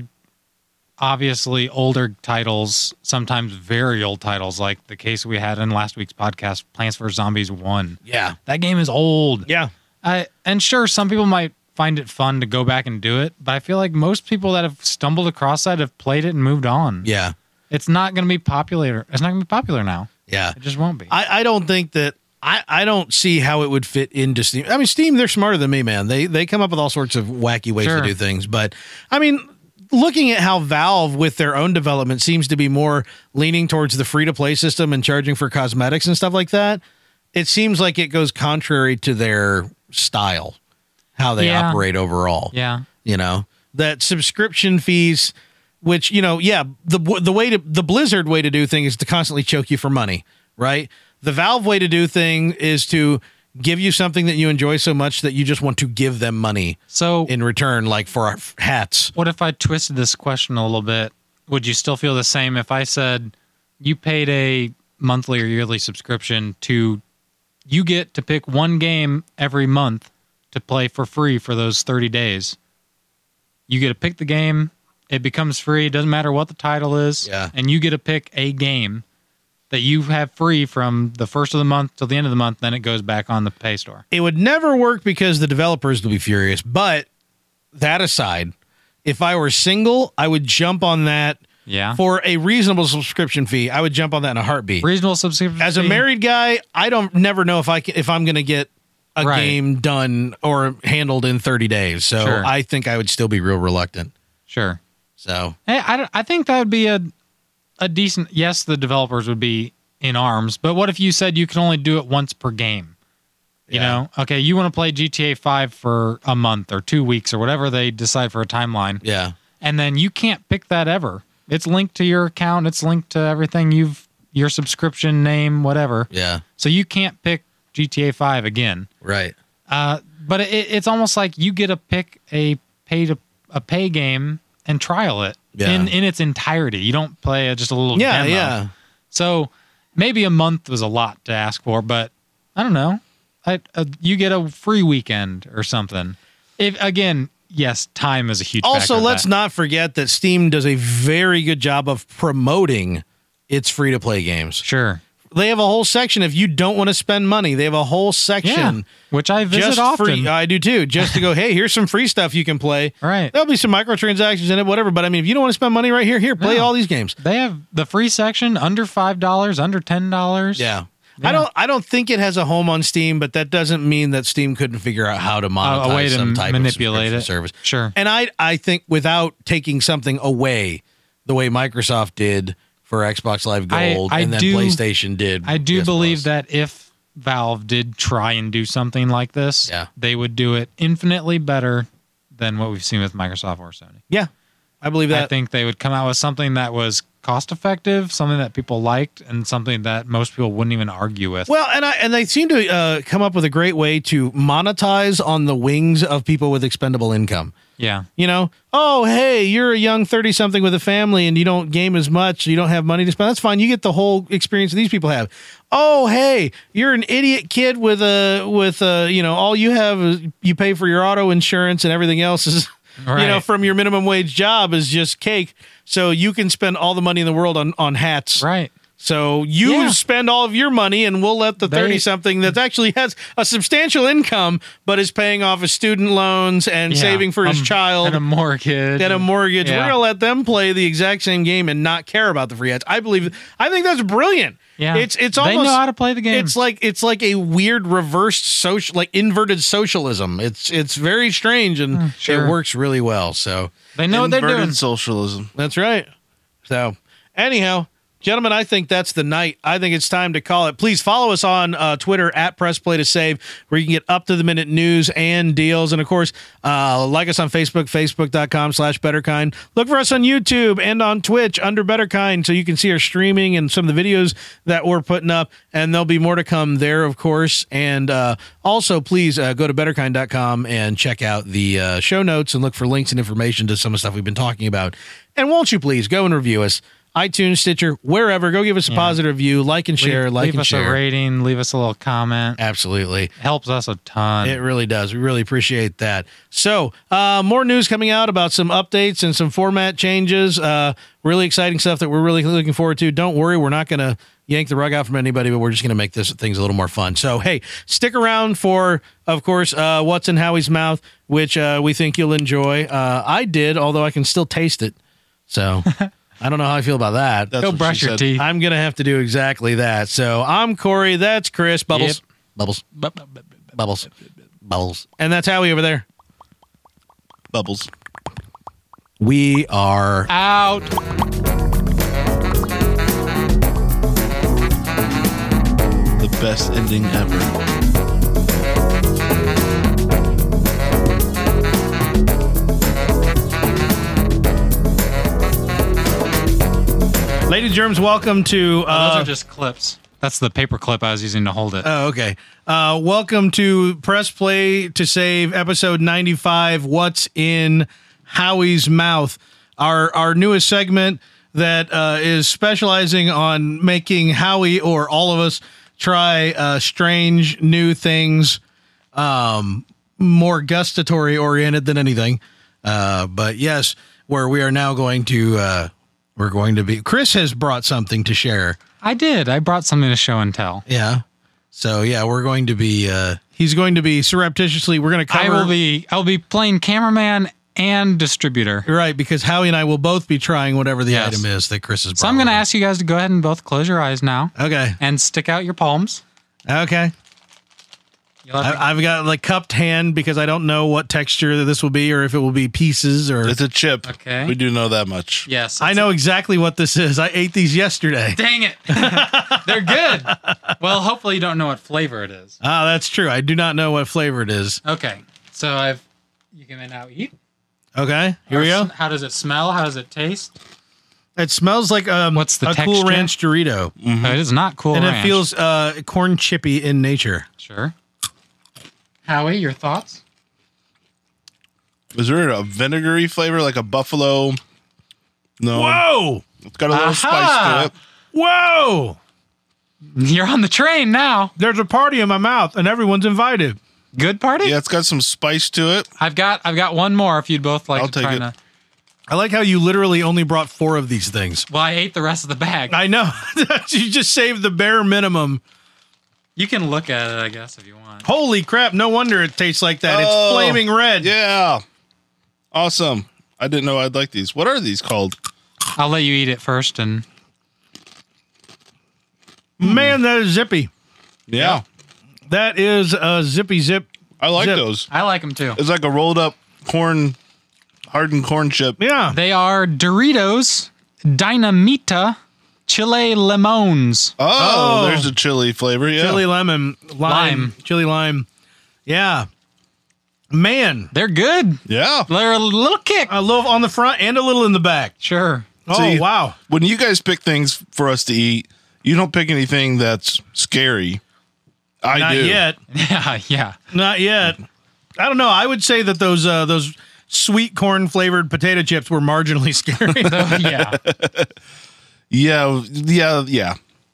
obviously older titles, sometimes very old titles, like the case we had in last week's podcast, Plants vs Zombies One.
yeah
That game is old.
yeah
I, and sure, some people might find it fun to go back and do it, but I feel like most people that have stumbled across that have played it and moved on.
Yeah.
It's not going to be popular. It's not going to be popular now.
Yeah.
It just won't be.
I, I don't think that I, I don't see how it would fit into Steam. I mean, Steam, they're smarter than me, man. They they come up with all sorts of wacky ways
Sure.
to do things. But I mean, looking at how Valve with their own development seems to be more leaning towards the free to play system and charging for cosmetics and stuff like that, it seems like it goes contrary to their style, how they
Yeah.
operate overall
yeah.
you know that subscription fees which you know yeah the the way to the blizzard way to do things is to constantly choke you for money right the valve way to do thing is to give you something that you enjoy so much that you just want to give them money
So,
in return like for our f- hats
what if I twisted this question a little bit? Would you still feel the same if I said you paid a monthly or yearly subscription to you get to pick one game every month to play for free for those 30 days? You get to pick the game, it becomes free, doesn't matter what the title is,
Yeah.
and you get to pick a game that you have free from the first of the month till the end of the month, then it goes back on the pay store.
it would never work because the developers would be furious but that aside if i were single i would jump on that
Yeah.
for a reasonable subscription fee, I would jump on that in a heartbeat.
Reasonable subscription.
As a
fee.
married guy, I don't never know if I can, if I'm going to get a
Right.
game done or handled in 30 days. So
Sure.
I think I would still be real reluctant.
Sure.
So
Hey, Eh, I, don't- I think that would be a a decent. Yes, the developers would be in arms, but what if you said you can only do it once per game? You know, okay, you want to play GTA Five for a month or two weeks or whatever they decide for a timeline,
yeah,
and then you can't pick that ever. It's linked to your account. It's linked to everything you've your subscription name, whatever.
yeah,
So you can't pick GTA Five again.
right.
Uh, but it, it's almost like you get to pick a pay to a pay game and trial it
Yeah.
in in its entirety. You don't play a, just a little
Yeah,
demo.
yeah.
So maybe a month was a lot to ask for, but I don't know. I, uh, you get a free weekend or something. If again, yes, time is a huge. factor
Also,
of
let's
that.
not forget that Steam does a very good job of promoting its free to play games.
sure.
They have a whole section if you don't want to spend money. They have a whole
Yeah,
section
which I visit
just
often.
free. uh, I do too. Just to go, hey, here's some free stuff you can play.
right.
There'll be some microtransactions in it, whatever. But I mean, if you don't want to spend money right here, here, play
Yeah.
all these games.
They have the free section under five dollars, under ten dollars.
Yeah. I don't. I don't think it has a home on Steam, but that doesn't mean that Steam couldn't figure out how to monetize
Uh, a way to
some type
manipulate
of subscription
it.
service.
Sure.
And I, I think without taking something away, the way Microsoft did for Xbox Live
I-
Gold,
I
and then
do-
PlayStation did.
I do
PS Plus.
believe that if Valve did try and do something like this,
Yeah.
they would do it infinitely better than what we've seen with Microsoft or Sony.
Yeah, I believe that.
I think they would come out with something that was cost effective, something that people liked, and something that most people wouldn't even argue with.
Well, and I and they seem to uh, come up with a great way to monetize on the wings of people with expendable income.
yeah.
You know, oh hey, you're a young thirty something with a family and you don't game as much, you don't have money to spend. That's fine. You get the whole experience these people have. Oh hey, you're an idiot kid with a with a you know all you have is you pay for your auto insurance and everything else is. You know,
Right.
from your minimum wage job is just cake. So you can spend all the money in the world on on hats.
Right.
So you
Yeah.
spend all of your money, and we'll let the
They-
thirty something that actually has a substantial income, but is paying off his student loans and
Yeah.
saving for his
Um,
child
And a
and
mortgage.
a, mortgage.
Yeah.
We're gonna let them play the exact same game and not care about the free ads. I believe. I think that's brilliant.
Yeah.
it's it's
They
almost
know how to play the game.
it's like it's like a weird reversed social, like inverted socialism. It's it's very strange and
Hmm, sure.
it works really well. So
they know what they're
Inverted
doing.
socialism.
that's right. So, anyhow, gentlemen, I think that's the night. I think it's time to call it. Please follow us on uh, Twitter at Press Play to Save, where you can get up to the minute news and deals. And of course, uh, like us on Facebook, facebook.com slash betterkind. Look for us on YouTube and on Twitch under betterkind so you can see our streaming and some of the videos that we're putting up. And there'll be more to come there, of course. And uh, also, please uh, go to betterkind.com and check out the uh, show notes and look for links and information to some of the stuff we've been talking about. And won't you please go and review us? iTunes, Stitcher, wherever. Go give us a positive review, like and share,
Mm. leave
like
leave
and
us
share.
a rating. Leave us a little comment.
Absolutely.
helps us a ton.
It really does. We really appreciate that. So, uh, more news coming out about some updates and some format changes. Uh, really exciting stuff that we're really looking forward to. Don't worry, we're not going to yank the rug out from anybody, but we're just going to make this things a little more fun. So, hey, stick around for, of course, uh, what's in Howie's mouth, which uh, we think you'll enjoy. Uh, I did, although I can still taste it. So, I don't know how I feel about that.
That's
Go
what she
brush your
said.
teeth.
I'm going to have to do exactly that. So, I'm Corey. That's Chris. Bubbles.
Yep.
Bubbles. Bubbles. Bubbles. And that's Howie over there.
Bubbles.
We are
Out.
The best ending ever.
Lady Germs, welcome to.
Those
Uh,
are just clips. That's the paper clip I was using to hold it.
Oh, okay.
uh, welcome to Press Play to Save episode 95 What's in Howie's Mouth. Our our newest segment that uh, is specializing on making Howie or all of us try uh, strange new things um, more gustatory oriented than anything. Uh, but yes, where we are now going to uh, we're going to be Chris has brought something to share.
I did. I brought something to show and tell.
Yeah. So yeah, we're going to be uh
He's going to be surreptitiously. We're going to cover.
I will be. I will be playing cameraman and distributor.
Right, because Howie and I will both be trying whatever the
Yes.
item is that Chris is.
So I'm going to ask you guys to go ahead and both close your eyes now
Okay.
and stick out your palms.
Okay.
You'll have to-
I, I've got like cupped hand because I don't know what texture that this will be or if it will be pieces or.
It's a chip.
Okay.
We do know that much.
yes.
I
it's-
know exactly what this is. I ate these yesterday.
Dang it. They're good. Well, hopefully you don't know what flavor it is.
Ah, that's true. I do not know what flavor it is.
Okay. So I've you can now eat.
Okay, here we go.
How does it smell? How does it taste?
It smells like um,
What's the
a
texture?
cool ranch Dorito,
Oh, it is not cool.
Mm-hmm. and it
Ranch.
feels uh, corn chippy in nature.
sure. Howie, your thoughts?
Is there a vinegary flavor like a buffalo? No.
Whoa!
It's got a little
Aha!
spice to it.
Whoa!
You're on the train now.
There's a party in my mouth, and everyone's invited.
Good party.
Yeah, it's got some spice to it.
I've got I've got one more. If you'd both like
I'll
to
take
try
it.
to.
I like how you literally only brought four of these things.
Well, I ate the rest of the bag.
I know you just saved the bare minimum.
you can look at it, I guess, if you want.
Holy crap! No wonder it tastes like that.
Oh,
it's flaming red.
Yeah. Awesome. I didn't know I'd like these. What are these called?
I'll let you eat it first, and
Man, that is zippy.
Yeah.
That is a zippy zip.
I like
Zip.
those.
I like them too.
It's like a rolled up corn, hardened corn chip.
Yeah.
They are Doritos Dynamita Chile Limones.
Oh,
Oh.
there's a chili flavor. Yeah.
Chili lemon, lime,
Lime.
chili lime. Yeah. Man,
They're good.
Yeah.
They're a little kick.
a little on the front and a little in the back.
Sure.
Oh,
See,
wow.
When you guys pick things for us to eat, you don't pick anything that's scary. I
Not
do.
yet.
Yeah, yeah.
Not yet. I don't know. I would say that those uh, those sweet corn flavored potato chips were marginally scary.
yeah.
Yeah. Yeah. Yeah.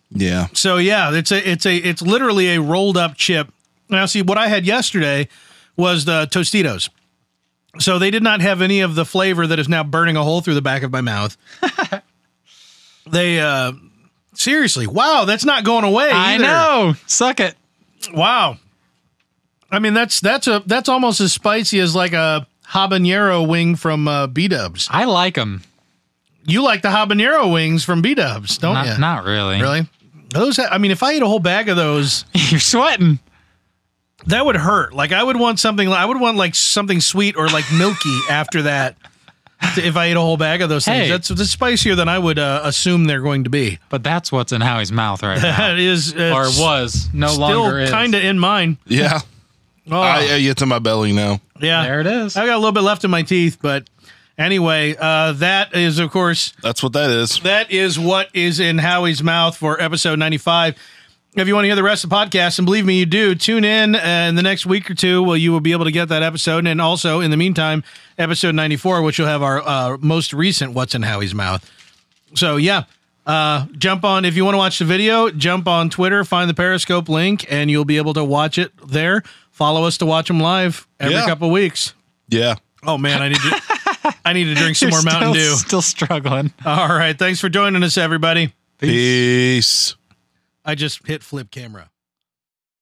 Yeah.
so yeah, it's a it's a it's literally a rolled up chip. Now see what I had yesterday was the Tostitos. So they did not have any of the flavor that is now burning a hole through the back of my mouth. they uh seriously, wow, that's not going away.
I
either.
know. Suck it.
Wow. I mean that's that's a that's almost as spicy as like a habanero wing from uh, B Dubs.
I like them.
You like the habanero wings from B Dubs, don't
Not,
you?
not really.
Oh, really. Those, I mean, if I ate a whole bag of those,
You're sweating.
that would hurt. Like I would want something. I would want like something sweet or like milky after that. If I ate a whole bag of those things,
Hey.
that's, that's spicier than I would uh, assume they're going to be.
But that's what's in Howie's mouth right now.
That is,
or
it's
was. No longer
still
is.
kind of in mine.
Yeah.
Oh,
I, I get to my belly now.
yeah,
There it is.
I got a little bit left in my teeth, but anyway, uh, that is, of course,
That's what that is.
that is what is in Howie's mouth for episode 95. If you want to hear the rest of the podcast, and believe me, you do, tune in uh, in the next week or two. Well, you will be able to get that episode. And also, in the meantime, episode 94, which will have our uh, most recent What's in Howie's Mouth. So, yeah, uh, jump on. If you want to watch the video, jump on Twitter, find the Periscope link, and you'll be able to watch it there. Follow us to watch them live every
Yeah.
couple weeks.
Yeah.
Oh man, I need to I need to drink some more
You're
Mountain Dew.
still- Still struggling.
All right, thanks for joining us everybody.
Peace.
I just hit flip camera.